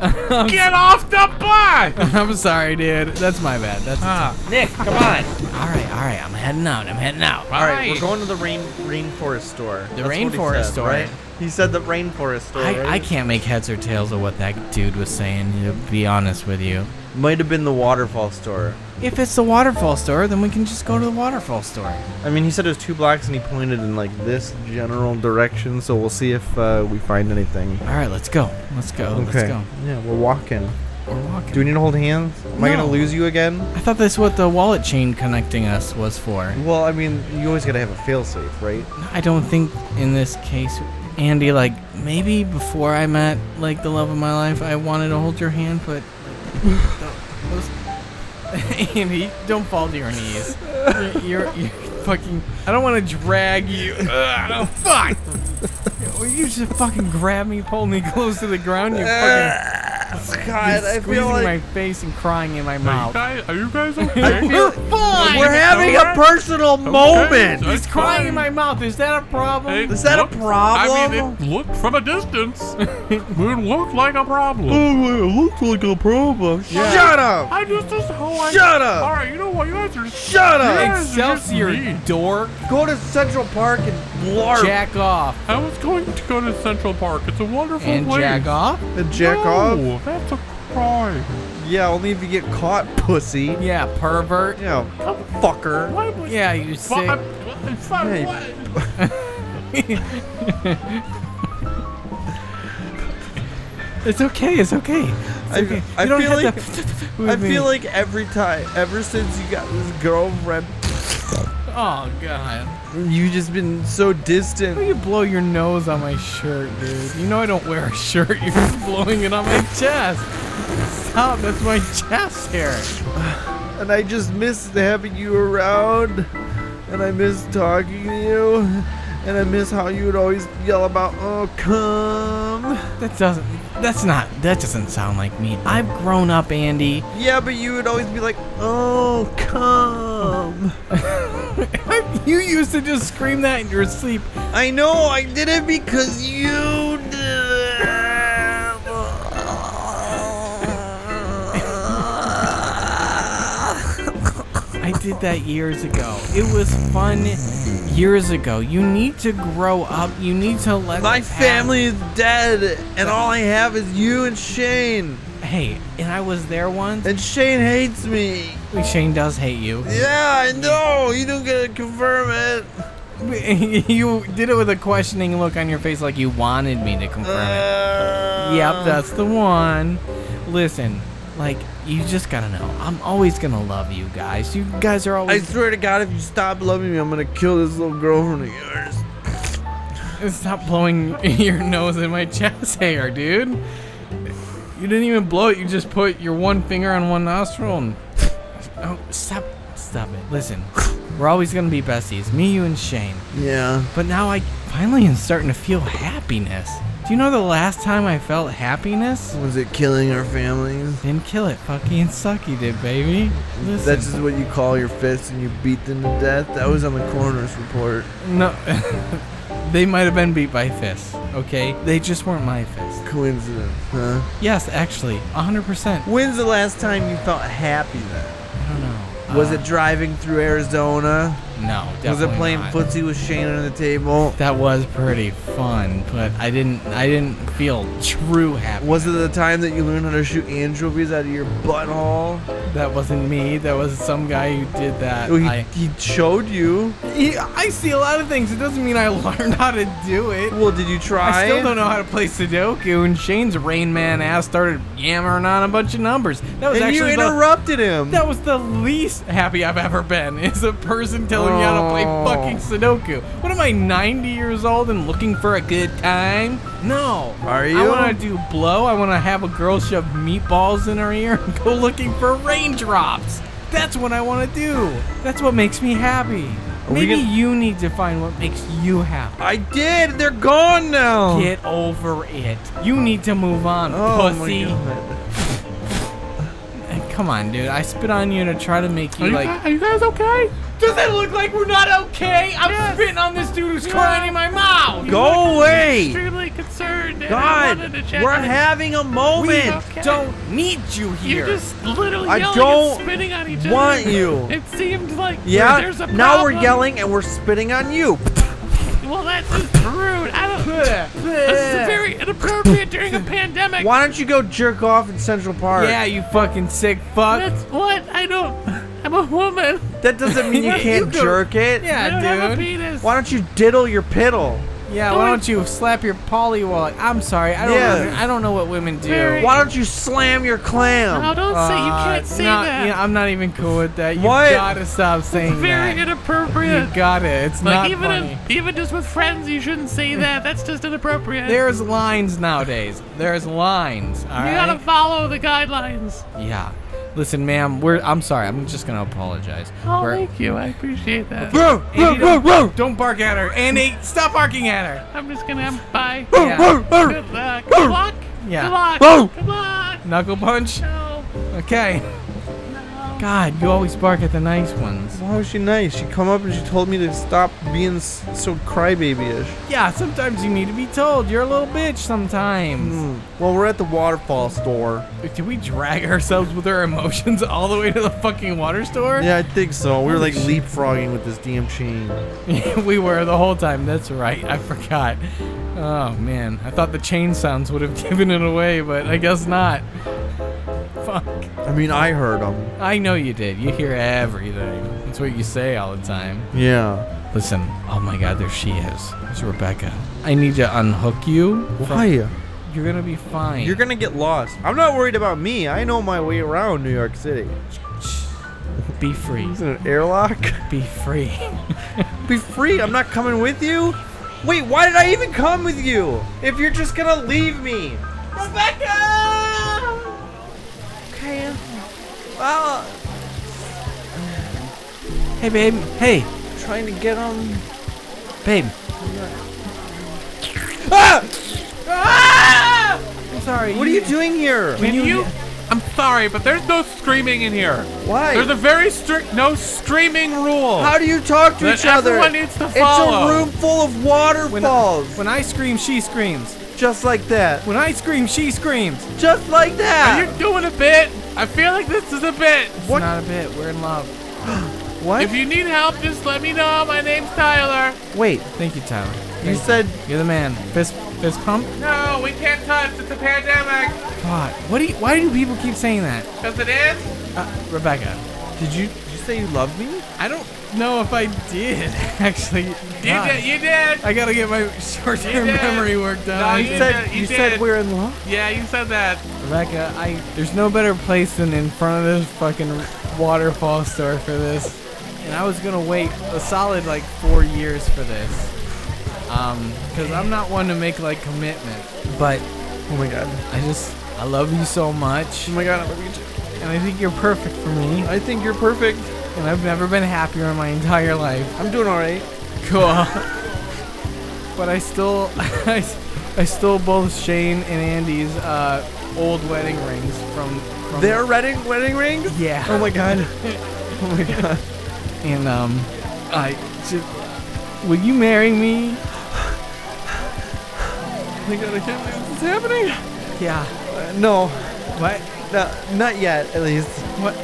Speaker 2: I'm,
Speaker 3: Get off the bus.
Speaker 2: I'm sorry, dude. That's my bad. That's
Speaker 3: Ah,
Speaker 1: Nick, come on.
Speaker 2: all right. All right, I'm heading out. I'm heading out.
Speaker 1: All right,
Speaker 3: Fine.
Speaker 1: we're going to the rain rainforest store.
Speaker 2: The
Speaker 1: what he
Speaker 2: rainforest
Speaker 1: said,
Speaker 2: store.
Speaker 1: right? He said the rainforest store.
Speaker 2: I, I
Speaker 1: right?
Speaker 2: can't make heads or tails of what that dude was saying. To be honest with you,
Speaker 1: Might have been the waterfall store.
Speaker 2: if it's the waterfall store, then we can just go to the waterfall store.
Speaker 1: I mean, he said it was two blocks, and he pointed in like this general direction. So we'll see if uh, we find anything.
Speaker 2: All right, let's go. Let's go. Let's go.
Speaker 1: Yeah, we're walking.
Speaker 2: We're walking.
Speaker 1: Do we need to hold hands? Am I gonna
Speaker 2: No.
Speaker 1: lose you again?
Speaker 2: I thought that's what the wallet chain connecting us was for.
Speaker 1: Well, I mean, you always gotta have a failsafe, right?
Speaker 2: I don't think in this case, Andy, like maybe before I met like the love of my life, I wanted to hold your hand, but those, Andy, don't fall to your knees. You're, you're, you're fucking. I don't want to drag you. Ugh, fuck. Will you just fucking grab me, pull me close to the ground?
Speaker 1: Uh,
Speaker 2: You fucking
Speaker 1: God,
Speaker 2: you're squeezing my face and crying in my
Speaker 3: Are you
Speaker 2: mouth.
Speaker 3: guys, are you guys okay?
Speaker 2: We're fine.
Speaker 1: we're having a
Speaker 3: Alright.
Speaker 1: personal moment.
Speaker 3: Okay.
Speaker 2: He's crying in my mouth. Is that a problem?
Speaker 3: It
Speaker 1: Is that a
Speaker 3: looked- I mean,
Speaker 1: problem?
Speaker 3: it looked from a distance. it looked like a
Speaker 1: Mm.
Speaker 3: problem.
Speaker 1: Oh, looks like a problem.
Speaker 2: Yeah.
Speaker 1: Shut up!
Speaker 3: I just, this is how I.
Speaker 1: Shut up!
Speaker 3: All right, you know what? You guys are. Shut
Speaker 1: Shut up!
Speaker 3: Yeah.
Speaker 2: Excelsior,
Speaker 3: Yes, yes,
Speaker 2: dork.
Speaker 1: Go to Central Park and larp
Speaker 2: Jack off.
Speaker 3: I was going to go to Central Park. It's a wonderful
Speaker 2: And
Speaker 3: place.
Speaker 2: jack off?
Speaker 1: and jack
Speaker 3: no,
Speaker 1: off.
Speaker 3: that's a crime.
Speaker 1: Yeah, only if you get caught, pussy.
Speaker 2: Yeah, pervert.
Speaker 1: Yeah, fucker.
Speaker 3: Why would
Speaker 2: Yeah, you
Speaker 3: Fuck,
Speaker 2: sick.
Speaker 3: what- fuck,
Speaker 1: Hey.
Speaker 3: what?
Speaker 2: It's okay, it's okay. It's
Speaker 1: I-
Speaker 2: okay.
Speaker 1: I
Speaker 2: you don't
Speaker 1: feel
Speaker 2: have
Speaker 1: like-
Speaker 2: to
Speaker 1: I feel like every time, ever since you got this girlfriend,
Speaker 2: Oh god.
Speaker 1: you just been so
Speaker 2: Why do
Speaker 1: distant.
Speaker 2: you blow your nose on my shirt, dude? You know I don't wear a shirt, you're just blowing it on my chest. Stop, that's my chest hair.
Speaker 1: And I just miss having you around. And I miss talking to you. And I miss how you would always yell about, oh, come.
Speaker 2: That doesn't that's not that doesn't sound like me. I've grown up, Andy.
Speaker 1: Yeah, but you would always be like, oh, come.
Speaker 2: you used to just scream that in your sleep.
Speaker 1: I know I did it because you did it.
Speaker 2: I did that years ago. It was fun years ago. You need to grow up. You need to let
Speaker 1: My
Speaker 2: the past-
Speaker 1: family is dead, and all I have is you and Shane.
Speaker 2: Hey, and I was there once.
Speaker 1: And Shane hates me.
Speaker 2: Shane does hate you.
Speaker 1: Yeah, I know. You don't get to confirm it.
Speaker 2: you did it with a questioning look on your face, like you wanted me to confirm
Speaker 1: Uh.
Speaker 2: it. Yep, that's the one. Listen, like you just gotta know. I'm always gonna love you guys. You guys are
Speaker 1: I
Speaker 2: always.
Speaker 1: swear to God, if you stop loving me, I'm gonna kill this little girlfriend of yours.
Speaker 2: Stop blowing your nose in my chest hair, dude. You didn't even blow it. You just put your one finger on one nostril and. Oh, stop! Stop it. Listen, we're always gonna be besties. Me, you, and Shane.
Speaker 1: Yeah.
Speaker 2: But now I finally am starting to feel happiness. Do you know the last time I felt happiness?
Speaker 1: Was it killing our families?
Speaker 2: Didn't kill it, fucking sucky did, baby. Listen,
Speaker 1: That's just what you call your fists and you beat them to death. That was on the coroner's report.
Speaker 2: no. they might have been beat by fists, okay? They just weren't my fists.
Speaker 1: Coincidence, huh?
Speaker 2: Yes, actually, 100%.
Speaker 1: When's the last time you felt happy then?
Speaker 2: I don't know.
Speaker 1: Was
Speaker 2: Uh,
Speaker 1: it driving through Arizona?
Speaker 2: No, definitely
Speaker 1: was it playing
Speaker 2: not.
Speaker 1: footsie with Shane under the table?
Speaker 2: That was pretty fun, but I didn't. I didn't feel true happiness.
Speaker 1: Was it the time that you learned how to shoot anchovies out of your butthole?
Speaker 2: That wasn't me. That was some guy who did that.
Speaker 1: Oh, he,
Speaker 2: I,
Speaker 1: he showed you.
Speaker 2: He- I see a lot of things. It doesn't mean I learned how to do it.
Speaker 1: Well, did you try?
Speaker 2: I still
Speaker 1: it?
Speaker 2: don't know how to play Sudoku, and Shane's Rain Man ass started yammering on a bunch of numbers. That was
Speaker 1: And you
Speaker 2: actually the,
Speaker 1: interrupted him.
Speaker 2: that was the least happy I've ever been. Is a person telling me how to play
Speaker 1: Oh.
Speaker 2: fucking Sudoku? What am I, 90 years old and looking for a good time? No.
Speaker 1: Are
Speaker 2: I
Speaker 1: you?
Speaker 2: want to do blow. I want to have a girl shove meatballs in her ear and go looking for raindrops. That's what I want to do. That's what makes me happy.
Speaker 1: we
Speaker 2: Maybe
Speaker 1: gonna-
Speaker 2: you need to find what makes you happy.
Speaker 1: I did. They're gone now.
Speaker 2: Get over it. You need to move on,
Speaker 1: Oh
Speaker 2: pussy.
Speaker 1: my god.
Speaker 2: And Come on, dude. I spit on you to try to make you
Speaker 3: Are you,
Speaker 2: like.
Speaker 3: guys, are you guys okay?
Speaker 2: Does it look like we're not okay? I'm spitting on this dude who's crying in my mouth.
Speaker 1: Go away.
Speaker 3: Extremely concerned. and I
Speaker 1: God,
Speaker 3: wanted to check
Speaker 1: we're
Speaker 3: in.
Speaker 1: having a
Speaker 2: We
Speaker 1: moment.
Speaker 3: Okay.
Speaker 2: don't need you
Speaker 3: You're
Speaker 2: here.
Speaker 3: just literally
Speaker 1: I
Speaker 3: yelling
Speaker 1: don't
Speaker 3: and spitting on each other.
Speaker 1: want you.
Speaker 3: It seemed like
Speaker 1: Yeah.
Speaker 3: There's a
Speaker 1: Now we're
Speaker 3: problem.
Speaker 1: yelling and we're spitting on you.
Speaker 3: Well, that's just rude. I don't. This is very inappropriate during a pandemic.
Speaker 1: Why don't you go jerk off in Central Park?
Speaker 2: yeah, you fucking sick fuck.
Speaker 3: That's what I don't. I'm a woman.
Speaker 1: That doesn't mean you
Speaker 2: You
Speaker 1: can't
Speaker 2: go-
Speaker 1: jerk it.
Speaker 3: I don't
Speaker 2: yeah,
Speaker 3: have a
Speaker 2: dude.
Speaker 3: penis.
Speaker 1: Why don't you diddle your piddle?
Speaker 2: Yeah, why don't you slap your poly wallet? I'm sorry. I don't.
Speaker 1: Yeah.
Speaker 2: know- I don't know what women do.
Speaker 3: Very-
Speaker 1: Why don't you slam your clam?
Speaker 3: No, Oh, don't say you
Speaker 2: Uh,
Speaker 3: can't say
Speaker 2: no,
Speaker 3: that.
Speaker 2: yeah, I'm not even cool with that. You
Speaker 1: What?
Speaker 2: gotta stop saying
Speaker 3: Very
Speaker 2: that.
Speaker 3: inappropriate.
Speaker 2: You got it. It's not
Speaker 3: Like even
Speaker 2: funny.
Speaker 3: if, even just with friends, you shouldn't say that. That's just inappropriate.
Speaker 2: There's lines nowadays. There's lines. All
Speaker 3: you
Speaker 2: right.
Speaker 3: gotta follow the guidelines.
Speaker 2: yeah. Listen, ma'am. We're. I'm sorry. I'm just gonna apologize.
Speaker 3: Oh,
Speaker 2: We're-
Speaker 3: thank you. I appreciate that.
Speaker 1: Row, row,
Speaker 2: Andy,
Speaker 1: row,
Speaker 2: don't,
Speaker 1: row.
Speaker 2: don't bark at her. Andy, stop barking at her.
Speaker 3: I'm just gonna I'm, bye.
Speaker 2: Yeah.
Speaker 1: Row, row,
Speaker 3: Good luck. Good luck.
Speaker 2: Yeah.
Speaker 3: Good luck.
Speaker 1: Whoa.
Speaker 3: Good luck.
Speaker 2: Knuckle punch.
Speaker 3: No.
Speaker 2: Okay.
Speaker 3: No.
Speaker 2: God, you always bark at the nice ones.
Speaker 1: Why was she nice? She come up and she told me to stop being s- so crybaby-ish.
Speaker 2: Yeah. Sometimes you need to be told. You're a little bitch. Sometimes.
Speaker 1: Hmm. Well, we're at the waterfall store.
Speaker 2: Did we drag ourselves with our emotions all the way to the fucking water store?
Speaker 1: Yeah, I think so. We were like leapfrogging with this damn chain.
Speaker 2: we were the whole time. That's right. I forgot. Oh man, I thought the chain sounds would have given it away, but I guess not. Fuck.
Speaker 1: I mean, I heard them.
Speaker 2: I know you did. You hear everything. That's what you say all the time.
Speaker 1: Yeah.
Speaker 2: Listen. Oh my God, there she is. It's Rebecca. I need to unhook you.
Speaker 1: Why?
Speaker 2: You're gonna be fine.
Speaker 1: You're gonna get lost. I'm not worried about me. I know my way around New York City.
Speaker 2: be free.
Speaker 1: Is it an airlock?
Speaker 2: Be free.
Speaker 1: Be free. I'm not coming with you. Wait, why did I even come with you? If you're just gonna leave me. Rebecca! Okay. Well,
Speaker 2: hey babe. Hey
Speaker 1: trying to get on.
Speaker 2: babe.
Speaker 1: Ah!
Speaker 2: I'm sorry.
Speaker 1: What are you doing here?
Speaker 3: Can
Speaker 2: you-
Speaker 3: you? I'm sorry, but there's no screaming in here.
Speaker 1: Why?
Speaker 3: There's a very strict no screaming rule.
Speaker 1: How do you talk to
Speaker 3: Then
Speaker 1: each other?
Speaker 3: everyone needs to
Speaker 1: It's
Speaker 3: follow.
Speaker 1: a room full of waterfalls.
Speaker 2: When I scream, she screams.
Speaker 1: just like that.
Speaker 2: When I scream, she screams.
Speaker 1: Just like
Speaker 3: Are
Speaker 1: that.
Speaker 3: you doing a bit? I feel like this is a bit.
Speaker 2: It's
Speaker 1: What?
Speaker 2: not a bit. We're in love.
Speaker 1: what?
Speaker 3: If you need help, just let me know. My name's Tyler.
Speaker 1: Wait,
Speaker 2: Thank you, Tyler.
Speaker 1: you
Speaker 2: Thank-
Speaker 1: said
Speaker 2: You're the man. Fist, fist pump.
Speaker 3: No, we can't touch. It's a pandemic.
Speaker 2: God, what do you? Why do people keep saying that?
Speaker 3: Because it is.
Speaker 2: Uh, Rebecca, did you?
Speaker 1: say you love me?
Speaker 2: I don't know if I did actually.
Speaker 3: You
Speaker 2: God.
Speaker 3: did. You did.
Speaker 2: I gotta get my short-term
Speaker 3: You did.
Speaker 2: memory worked
Speaker 3: No,
Speaker 2: out.
Speaker 1: You,
Speaker 3: You
Speaker 1: said
Speaker 3: did-
Speaker 1: you,
Speaker 3: you
Speaker 1: said
Speaker 3: did.
Speaker 1: we're in love.
Speaker 3: Yeah, you said that.
Speaker 2: Rebecca, I there's no better place than in front of this fucking waterfall store for this. And I was gonna wait a solid like four years for this, um, because I'm not one to make like commitment. But
Speaker 1: Oh my god.
Speaker 2: I just I love you so much,
Speaker 1: Oh my god. I love you too.
Speaker 2: and I think you're perfect for me.
Speaker 1: I think you're perfect.
Speaker 2: And I've never been happier in my entire life.
Speaker 1: I'm doing all right.
Speaker 2: Cool. but I still, I, s- I stole both Shane and Andy's uh, old wedding rings from. from
Speaker 1: They're wedding wedding rings.
Speaker 2: yeah.
Speaker 1: Oh my god. Oh my god.
Speaker 2: And um, I just, will you marry me?
Speaker 1: Oh my god. I can't believe this is happening.
Speaker 2: Yeah.
Speaker 1: Uh, no.
Speaker 2: What?
Speaker 1: No, not yet, at least.
Speaker 2: What? Uh,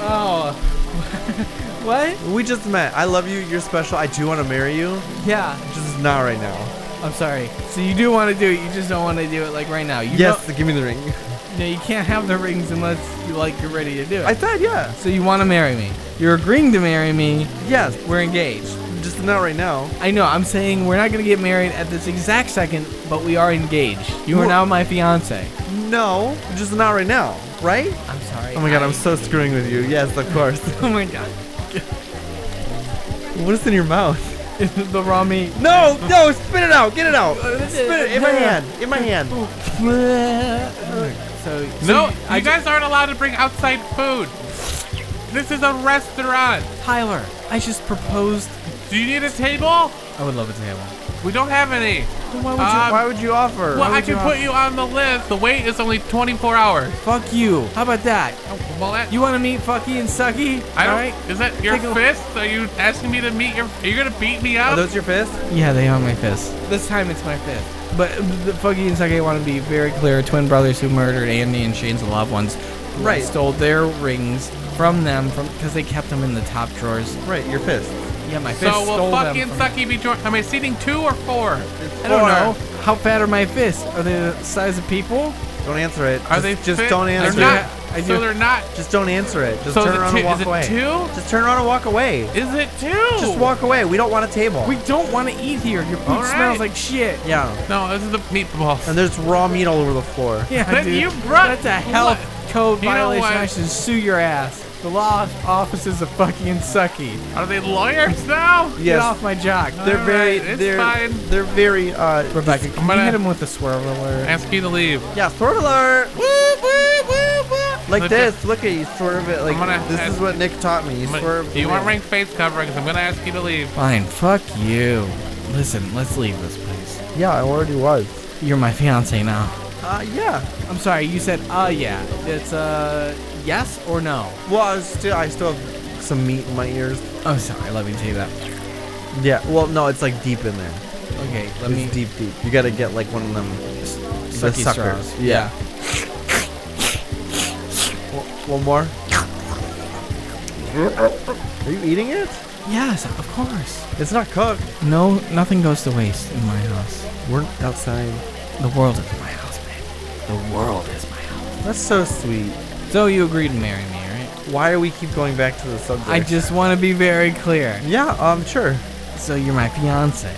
Speaker 2: oh. what?
Speaker 1: We just met. I love you. You're special. I do want to marry you.
Speaker 2: Yeah.
Speaker 1: Just not right now.
Speaker 2: I'm sorry. So you do want to do it. You just don't want to do it like right now. You
Speaker 1: yes, give me the ring.
Speaker 2: Don't, no, you can't have the rings unless you like you're ready to do it.
Speaker 1: I thought, yeah.
Speaker 2: so you want to marry me? You're agreeing to marry me.
Speaker 1: Yes,
Speaker 2: We're engaged.
Speaker 1: just not right now.
Speaker 2: I know. I'm saying we're not gonna get married at this exact second, but we are engaged. You are
Speaker 1: Wha-
Speaker 2: now my fiance.
Speaker 1: No, just not right now, right?
Speaker 2: I'm sorry.
Speaker 1: Oh my god,
Speaker 2: I-
Speaker 1: I'm so screwing with you. Yes, of course.
Speaker 2: Oh my god.
Speaker 1: what is in your mouth?
Speaker 2: the raw meat.
Speaker 1: No, no, spit it out. Get it out. Spit it Uh, in my hand. In my hand.
Speaker 2: So so
Speaker 3: No, you
Speaker 2: I
Speaker 3: guys aren't allowed to bring outside food. This is a restaurant.
Speaker 2: ju- Tyler, I just proposed.
Speaker 3: Do you need a table?
Speaker 2: I would love a table.
Speaker 3: We don't have any.
Speaker 2: Why would you?
Speaker 3: Uh,
Speaker 1: Why would you offer?
Speaker 3: Well, I
Speaker 2: would
Speaker 3: can
Speaker 2: you
Speaker 3: put
Speaker 2: offer?
Speaker 3: you on the list. The wait is only 24 hours.
Speaker 2: fuck you. How about that?
Speaker 3: Well, that,
Speaker 2: Oh, You want to meet Fucky and Sucky?
Speaker 3: I don't.
Speaker 2: All right.
Speaker 3: Is that your
Speaker 2: Take a-
Speaker 3: fist? Are you asking me to meet your? Are you gonna beat me
Speaker 1: Are
Speaker 3: up?
Speaker 1: those your fists?
Speaker 2: Yeah, they are my fist. This time it's my fist. But uh, the Fuggy and Sake want to be very clear twin brothers who murdered Andy and Shane's loved ones. who
Speaker 1: Right.
Speaker 2: Stole their rings from them from because they kept them in the top drawers.
Speaker 1: Right, your fists.
Speaker 2: Yeah, my fist
Speaker 3: so
Speaker 2: stole
Speaker 3: will
Speaker 2: them.
Speaker 3: fucking
Speaker 2: from-
Speaker 3: sucky be joined? Am I seating two or four?
Speaker 2: I
Speaker 1: Oh,
Speaker 2: don't know. How fat are my fists? Are they the size of people?
Speaker 1: Don't answer it.
Speaker 3: Are
Speaker 1: just,
Speaker 3: they
Speaker 1: Just
Speaker 3: fit?
Speaker 1: don't answer
Speaker 3: They're
Speaker 1: it.
Speaker 3: not.
Speaker 2: I do.
Speaker 3: So they're not.
Speaker 1: Just don't answer it. Just
Speaker 3: so
Speaker 1: turn
Speaker 3: is it
Speaker 1: around
Speaker 3: two?
Speaker 1: and walk
Speaker 3: is it
Speaker 1: away.
Speaker 3: two?
Speaker 1: Just turn around and walk away.
Speaker 3: Is it two?
Speaker 1: Just walk away. We don't want a table.
Speaker 2: We don't want to eat here. Your food
Speaker 3: All right.
Speaker 2: smells like shit.
Speaker 1: yeah.
Speaker 3: No, this is the meatballs.
Speaker 1: And there's raw meat all over the floor.
Speaker 2: Yeah,
Speaker 3: Then
Speaker 2: dude.
Speaker 3: you brought-
Speaker 2: That's a health code
Speaker 3: You know
Speaker 2: violation.
Speaker 3: what?
Speaker 2: I should sue your ass. The law offices of Fucky and Sucky.
Speaker 3: Are they lawyers now?
Speaker 2: Get
Speaker 1: Yes.
Speaker 2: off my jock.
Speaker 1: They're
Speaker 3: All
Speaker 1: very.
Speaker 3: right, it's
Speaker 1: they're
Speaker 3: fine.
Speaker 1: they're very. Uh,
Speaker 2: Rebecca,
Speaker 1: dis-
Speaker 2: can
Speaker 3: gonna-
Speaker 2: you hit him with a swerve alert?
Speaker 3: Ask you to leave.
Speaker 1: yeah, swerve alert. Like
Speaker 3: Look
Speaker 1: this. Look at you swerve it. Like
Speaker 3: I'm gonna
Speaker 1: this
Speaker 3: have-
Speaker 1: is what Nick taught me. You
Speaker 3: I'm gonna-
Speaker 1: swerve.
Speaker 3: you aren't
Speaker 1: away.
Speaker 3: wearing face coverings. I'm gonna ask you to leave.
Speaker 2: Fine, fuck you. Listen, let's leave this place.
Speaker 1: Yeah, I already was.
Speaker 2: You're my fiance now.
Speaker 1: Uh, yeah.
Speaker 2: I'm sorry, you said, uh, yeah. It's, uh, yes or no?
Speaker 1: Well, I was still. I still have some meat in my ears.
Speaker 2: Oh, sorry, let me take that.
Speaker 1: Yeah. Well, no, it's like deep in there.
Speaker 2: Okay, let
Speaker 1: It's
Speaker 2: me.
Speaker 1: deep, deep. You gotta get like one of them.
Speaker 2: Sucky
Speaker 1: the suckers.
Speaker 2: straws.
Speaker 1: Yeah. One more. Are you eating it?
Speaker 2: Yes, of course.
Speaker 1: It's not cooked.
Speaker 2: No, nothing goes to waste in my house.
Speaker 1: We're outside.
Speaker 2: The world is my house, babe. The world is my house.
Speaker 1: That's so sweet.
Speaker 2: So you agreed to marry me, right?
Speaker 1: Why do we keep going back to the subject?
Speaker 2: I just want to be very clear.
Speaker 1: Yeah, um, sure.
Speaker 2: So you're my fiance.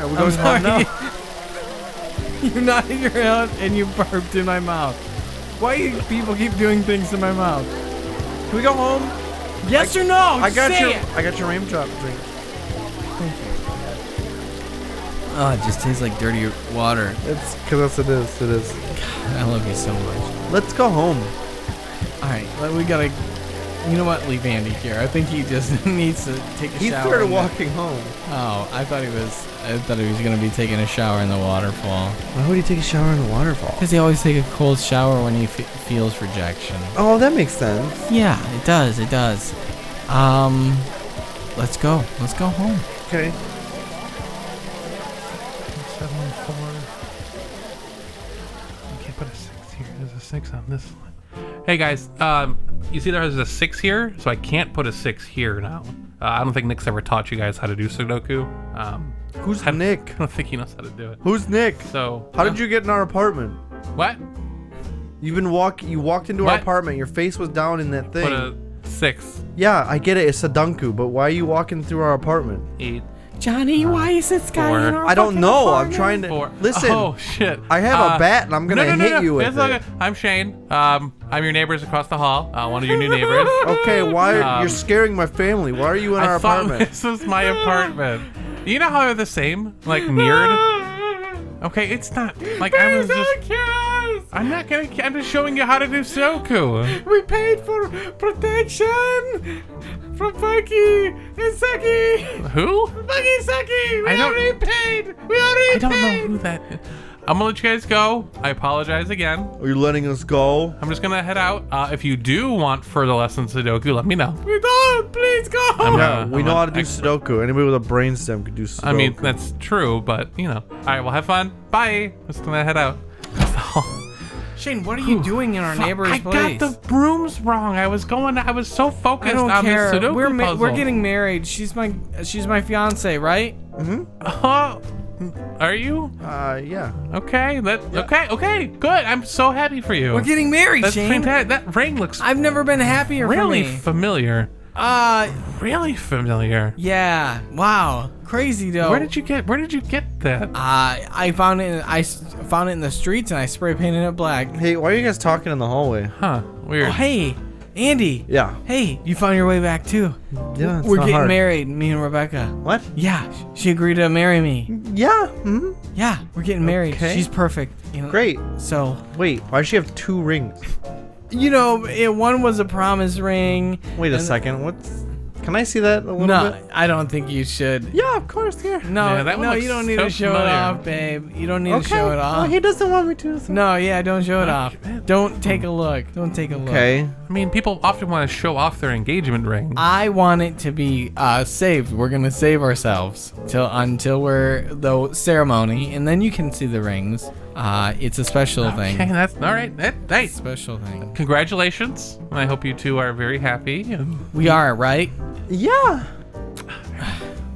Speaker 1: Are we
Speaker 2: I'm
Speaker 1: going home
Speaker 2: sorry.
Speaker 1: now?
Speaker 2: you nodded your head and you burped in my mouth. Why do people keep doing things to my mouth?
Speaker 1: Can we go home?
Speaker 2: Yes or no?
Speaker 1: I got
Speaker 2: Say
Speaker 1: your
Speaker 2: It.
Speaker 1: I got your rain drop drink.
Speaker 2: Oh, it just tastes like dirty water.
Speaker 1: It's cause that's it is, it is.
Speaker 2: I love you so much.
Speaker 1: Let's go home.
Speaker 2: All right, well, we gotta. You know what? Leave Andy here. I think he just needs to take a
Speaker 1: He
Speaker 2: shower.
Speaker 1: started
Speaker 2: in the-
Speaker 1: walking home.
Speaker 2: Oh, I thought he was. I thought he was gonna be taking a shower in the waterfall.
Speaker 1: Why would he take a shower in the waterfall?
Speaker 2: Because he always take a cold shower when he f- feels rejection.
Speaker 1: Oh, that makes sense.
Speaker 2: Yeah, it does. It does. Um, let's go. Let's go home.
Speaker 1: Okay.
Speaker 3: Seven, four. You can't put a six here. There's a six on this one. Hey guys, um, you see there's a six here, so I can't put a six here now.
Speaker 1: Oh.
Speaker 3: Uh, I don't think Nick's ever taught you guys how to do Sudoku. Um,
Speaker 1: Who's
Speaker 3: I-
Speaker 1: Nick?
Speaker 3: I don't think he knows how to do it.
Speaker 1: Who's Nick?
Speaker 3: So uh,
Speaker 1: How did you get in our apartment?
Speaker 3: What?
Speaker 1: You've been walk. You walked into our
Speaker 3: What?
Speaker 1: apartment. Your face was down in that thing.
Speaker 3: Put a six,
Speaker 1: Yeah, I get it. It's Sudoku, but why are you walking through our apartment?
Speaker 3: eight,
Speaker 4: Johnny, why is this guy
Speaker 3: Four.
Speaker 4: in our
Speaker 1: I don't
Speaker 4: fucking
Speaker 1: know. I'm
Speaker 4: apartment?
Speaker 1: trying to
Speaker 3: four.
Speaker 1: listen.
Speaker 3: Oh shit!
Speaker 1: I have a bat and I'm gonna
Speaker 3: no, no, no,
Speaker 1: hit
Speaker 3: no.
Speaker 1: you with
Speaker 3: It's all
Speaker 1: it.
Speaker 3: good. I'm Shane. Um, I'm your neighbors across the hall. Uh, one of your new neighbors.
Speaker 1: Okay, why
Speaker 3: Um,
Speaker 1: you're scaring my family? Why are you in
Speaker 3: I
Speaker 1: our
Speaker 3: thought
Speaker 1: apartment?
Speaker 3: this was my apartment. You know how they're the same, like mirrored. Okay, it's not like I was just.
Speaker 4: Yes!
Speaker 3: I'm not gonna. I'm just showing you how to do Sudoku.
Speaker 4: We paid for protection from Bucky and Saki.
Speaker 3: Who?
Speaker 4: Bucky and Saki, we
Speaker 3: I don't-
Speaker 4: already paid. We already
Speaker 3: I don't know
Speaker 4: paid.
Speaker 3: who that. I'm gonna let you guys go. I apologize again.
Speaker 1: Are you letting us go?
Speaker 3: I'm just gonna head out. Uh, if you do want further lessons Sudoku, let me know.
Speaker 4: We don't. Please go.
Speaker 3: I'm
Speaker 1: Yeah,
Speaker 3: a-
Speaker 1: we
Speaker 3: Uh, I'm
Speaker 1: know
Speaker 3: an
Speaker 1: how to do
Speaker 3: expert.
Speaker 1: Sudoku. Anybody with a brainstem could do Sudoku.
Speaker 3: I mean, that's true, but you know. All right, well, have fun. Bye. Just gonna head out.
Speaker 2: Shane, what are you doing in our neighbor's
Speaker 3: I
Speaker 2: place?
Speaker 3: got the brooms wrong. I was going. I was so focused
Speaker 2: I don't
Speaker 3: on
Speaker 2: care.
Speaker 3: this Sudoku
Speaker 2: we're ma-
Speaker 3: puzzle.
Speaker 2: we're getting married. She's my she's my fiance, right?
Speaker 3: Huh? Are you
Speaker 1: uh, yeah.
Speaker 3: okay? That okay? Okay, good. I'm so happy for you.
Speaker 2: We're getting married,
Speaker 3: that's
Speaker 2: Shane.
Speaker 3: fantastic. That ring looks
Speaker 2: I've never been happier
Speaker 3: really
Speaker 2: for me.
Speaker 3: familiar.
Speaker 2: uh,
Speaker 3: Really familiar.
Speaker 2: yeah. Wow. Crazy though.
Speaker 3: Where did you get? Where did you get that?
Speaker 2: Uh, I found it. I s- found it in the streets, and I spray painted it black.
Speaker 1: Hey, why are you guys talking in the hallway?
Speaker 3: Huh? Weird.
Speaker 2: Oh, hey, Andy.
Speaker 1: Yeah.
Speaker 2: Hey, you found your way back too.
Speaker 1: Yeah, it's
Speaker 2: We're
Speaker 1: not
Speaker 2: getting
Speaker 1: hard.
Speaker 2: married, me and Rebecca.
Speaker 1: What?
Speaker 2: Yeah, sh- she agreed to marry me.
Speaker 1: Yeah. hmm
Speaker 2: Yeah, we're getting married.
Speaker 1: Okay.
Speaker 2: She's perfect. You know,
Speaker 1: Great.
Speaker 2: So,
Speaker 1: Wait, why does she have two rings?
Speaker 2: you know, it, one was a promise ring.
Speaker 1: Wait a
Speaker 2: and-
Speaker 1: second. What's? Can I see that a little
Speaker 2: No,
Speaker 1: bit?
Speaker 2: I don't think you should.
Speaker 1: Yeah, of course. Here.
Speaker 2: No,
Speaker 3: Yeah, that one
Speaker 2: no,
Speaker 3: looks
Speaker 2: you don't need
Speaker 3: so
Speaker 2: to show
Speaker 3: familiar.
Speaker 2: it off, babe. You don't need
Speaker 1: Okay.
Speaker 2: to show it
Speaker 1: Oh,
Speaker 2: off.
Speaker 1: he doesn't want me to. so-
Speaker 2: no, yeah, don't show it off. Don't take a look. Don't take a look.
Speaker 1: Okay.
Speaker 3: I mean, people often want to show off their engagement ring.
Speaker 2: I want it to be uh, saved. We're gonna save ourselves till until we're the ceremony, and then you can see the rings. Uh, it's a special
Speaker 3: Okay,
Speaker 2: thing.
Speaker 3: that's all right. That, hey,
Speaker 2: Special thing.
Speaker 3: congratulations. I hope you two are very happy. And
Speaker 2: We are right.
Speaker 1: Yeah.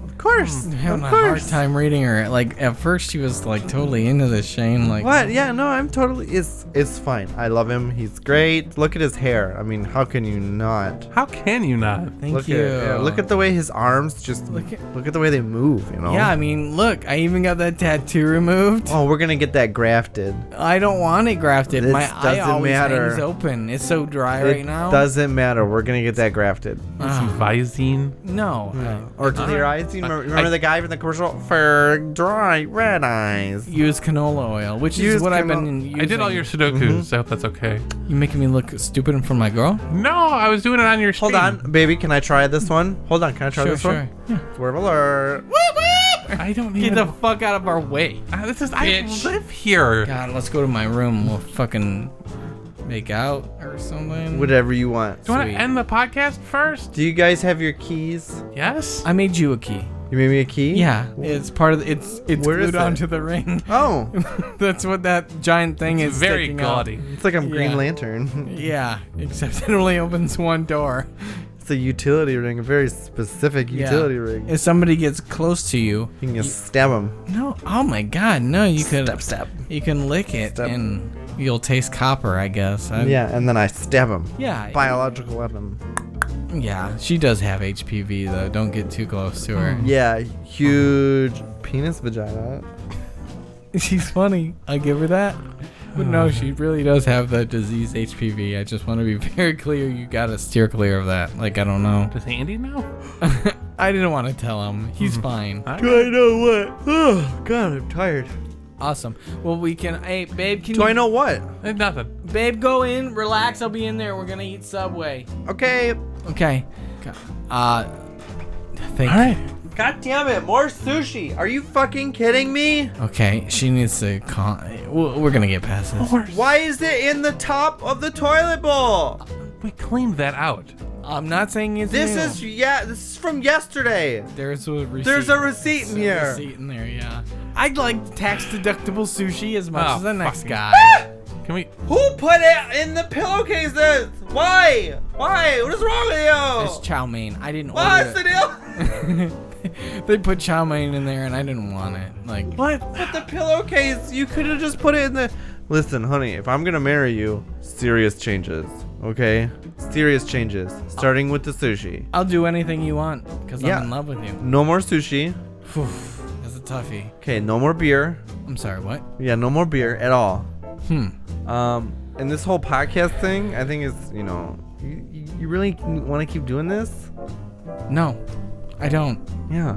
Speaker 1: Of course.
Speaker 2: I'm Mm, having
Speaker 1: of
Speaker 2: a hard
Speaker 1: course.
Speaker 2: time reading her. Like at first, she was like totally into this Shane. Like
Speaker 1: What? Yeah, no, I'm totally. It's it's fine. I love him. He's great. Look at his hair. I mean, how can you not?
Speaker 3: how can you not?
Speaker 2: Thank
Speaker 1: look
Speaker 2: you.
Speaker 1: At, yeah, look at the way his arms just
Speaker 2: Look
Speaker 1: look
Speaker 2: at-
Speaker 1: at, the way they move. You know.
Speaker 2: Yeah, I mean, look. I even got that tattoo removed.
Speaker 1: Oh, we're gonna get that grafted.
Speaker 2: I don't want it grafted.
Speaker 1: This
Speaker 2: My eye
Speaker 1: doesn't
Speaker 2: always
Speaker 1: matter.
Speaker 2: hangs open. It's so dry
Speaker 1: it
Speaker 2: right now.
Speaker 1: doesn't matter. We're gonna get that grafted.
Speaker 2: Ah.
Speaker 3: Some Visine.
Speaker 2: No.
Speaker 1: Or to your eyes. You remember, remember the guy from the commercial for dry red eyes.
Speaker 2: Use canola oil, which is
Speaker 1: Use
Speaker 2: what I've been.
Speaker 1: canola-
Speaker 2: Using.
Speaker 3: I did all your Sudokus. I hope that's okay.
Speaker 2: You making me look stupid in front of my girl?
Speaker 3: No, I was doing it on your stream.
Speaker 1: Hold on, baby. Can I try this one? Hold on. Can I try
Speaker 2: hmm. Sure,
Speaker 1: this
Speaker 2: sure.
Speaker 1: one? Swerve alert.
Speaker 3: I don't
Speaker 2: Get
Speaker 3: even.
Speaker 2: the fuck out of our way.
Speaker 3: Ah, this is.
Speaker 2: Bitch.
Speaker 3: I live here.
Speaker 2: God, let's go to my room. We'll fucking make out or something.
Speaker 1: Whatever you want.
Speaker 3: Do you want to
Speaker 2: Sweet.
Speaker 3: end the podcast first?
Speaker 1: Do you guys have your keys?
Speaker 3: Yes.
Speaker 2: I made you a key.
Speaker 1: You made me a key.
Speaker 2: Yeah, it's part of the, it's it's
Speaker 1: Where is
Speaker 2: glued
Speaker 1: that?
Speaker 2: onto the ring.
Speaker 1: Oh.
Speaker 2: That's what that giant thing is.
Speaker 3: Very
Speaker 2: sticking out.
Speaker 3: gaudy.
Speaker 1: It's like I'm
Speaker 2: Yeah.
Speaker 1: Green Lantern.
Speaker 2: Yeah, except it only opens one door.
Speaker 1: It's a utility ring, a very specific
Speaker 2: Yeah.
Speaker 1: utility ring.
Speaker 2: If somebody gets close to you,
Speaker 1: You can just stab him.
Speaker 2: no, oh my god, no, you could
Speaker 1: Stab, stab.
Speaker 2: you can lick it
Speaker 1: Step.
Speaker 2: and you'll taste copper, I guess. I-
Speaker 1: Yeah, and then I stab him.
Speaker 2: yeah,
Speaker 1: Biological weapon.
Speaker 2: yeah. She does have HPV though. Don't get too close to her.
Speaker 1: Yeah, huge penis vagina.
Speaker 2: She's funny. I give her that. But no, she
Speaker 1: Mm.
Speaker 2: really does have the disease HPV. I just want to be very clear. You gotta steer clear of that. Like I don't know.
Speaker 3: Does Andy know?
Speaker 2: I didn't want to tell him. He's fine.
Speaker 3: All right.
Speaker 1: Do Mm-hmm. I know what? Oh, God, I'm tired.
Speaker 2: Awesome. Well, we can. Hey, babe, can
Speaker 1: Do
Speaker 2: you?
Speaker 1: I know what?
Speaker 3: Eh, Nothing.
Speaker 2: Babe, go in. Relax. I'll be in there. We're gonna eat Subway.
Speaker 1: Okay.
Speaker 2: Okay. Uh, thank
Speaker 3: All right.
Speaker 1: God damn it, more sushi. Are you fucking kidding me?
Speaker 2: Okay, she needs to call. We're we're gonna get past this.
Speaker 1: Why is it in the top of the toilet bowl?
Speaker 3: We cleaned that out.
Speaker 2: I'm not saying it's
Speaker 1: This
Speaker 2: new.
Speaker 1: is yeah, this is from yesterday.
Speaker 2: There's a receipt.
Speaker 1: There's a receipt in
Speaker 2: There's a
Speaker 1: here.
Speaker 2: receipt in there, yeah. I'd like tax deductible sushi as much
Speaker 3: Oh,
Speaker 2: as the next
Speaker 3: fucking-
Speaker 2: guy.
Speaker 3: Can we?
Speaker 1: Who put it in the pillowcases? Why? Why? What is wrong with you?
Speaker 2: It's chow mein. I didn't
Speaker 1: What's the
Speaker 2: order
Speaker 1: deal?
Speaker 2: it. they put chow mein in there and I didn't want it. Like
Speaker 3: What?
Speaker 1: Put the pillowcase. You could have just put it in the. Listen, honey, if I'm gonna marry you, serious changes, okay? Serious changes, starting with the sushi.
Speaker 2: I'll do anything you want because
Speaker 1: Yeah.
Speaker 2: I'm in love with you.
Speaker 1: No more sushi.
Speaker 2: Phew, that's a toughie.
Speaker 1: Okay, no more beer.
Speaker 2: I'm sorry, what?
Speaker 1: Yeah, no more beer at all.
Speaker 2: Hmm.
Speaker 1: Um, and this whole podcast thing, I think is, you know, you, you really want to keep doing this?
Speaker 2: No, I don't.
Speaker 1: Yeah.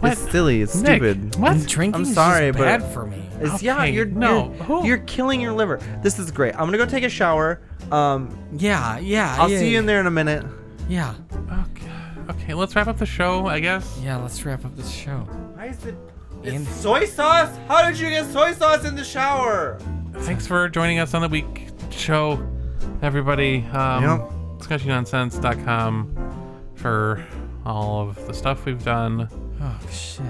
Speaker 3: What?
Speaker 1: It's silly. It's
Speaker 3: Nick,
Speaker 1: stupid.
Speaker 3: What?
Speaker 2: Drinking is
Speaker 1: sorry,
Speaker 2: just
Speaker 1: but-
Speaker 2: bad for me.
Speaker 1: It's, yeah,
Speaker 3: Okay,
Speaker 1: you're
Speaker 3: no,
Speaker 1: You're,
Speaker 3: who-
Speaker 1: you're killing your liver. This is great. I'm gonna go take a shower. Um,
Speaker 2: Yeah, yeah.
Speaker 1: I'll
Speaker 2: yeah,
Speaker 1: see you in there in a minute.
Speaker 2: Yeah,
Speaker 3: Okay. Oh, okay, let's wrap up the show, I guess.
Speaker 2: yeah. Let's wrap up this show.
Speaker 1: Why is it?
Speaker 2: And-
Speaker 1: soy sauce? How did you get soy sauce in the shower?
Speaker 3: Thanks for joining us on the week show, everybody. Um,
Speaker 1: Yep.
Speaker 3: DiscussingNonsense.com for all of the stuff we've done.
Speaker 2: Oh shit.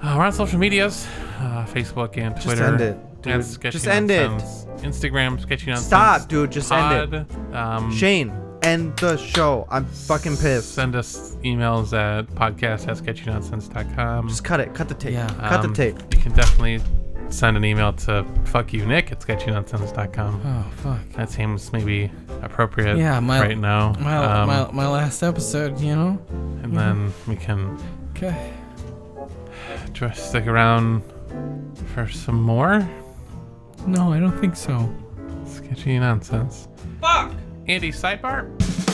Speaker 3: Uh, we're on social medias uh, Facebook and Twitter.
Speaker 1: end it,
Speaker 3: and
Speaker 1: dude.
Speaker 3: Sketchy
Speaker 1: Just end it.
Speaker 3: Nonsense. Instagram, Sketchy Nonsense.
Speaker 1: Stop, dude. Just end it.
Speaker 3: Pod. Um,
Speaker 1: Shane, end the show. I'm fucking pissed.
Speaker 3: Send us emails at podcast at sketchynonsense.com.
Speaker 1: Just cut it. Cut the tape.
Speaker 2: Yeah.
Speaker 1: Cut
Speaker 3: um,
Speaker 1: the tape.
Speaker 3: You can definitely send an email to fuck you, Nick at sketchynonsense.com.
Speaker 2: Oh fuck.
Speaker 3: That seems maybe appropriate
Speaker 2: Yeah, my-
Speaker 3: right now.
Speaker 2: My,
Speaker 3: Um,
Speaker 2: my, my last episode, you know?
Speaker 3: and then we can
Speaker 2: Okay.
Speaker 3: tr- stick around for some more
Speaker 2: No, I don't think so.
Speaker 3: sketchy nonsense. Fuck! Andy Sidebar?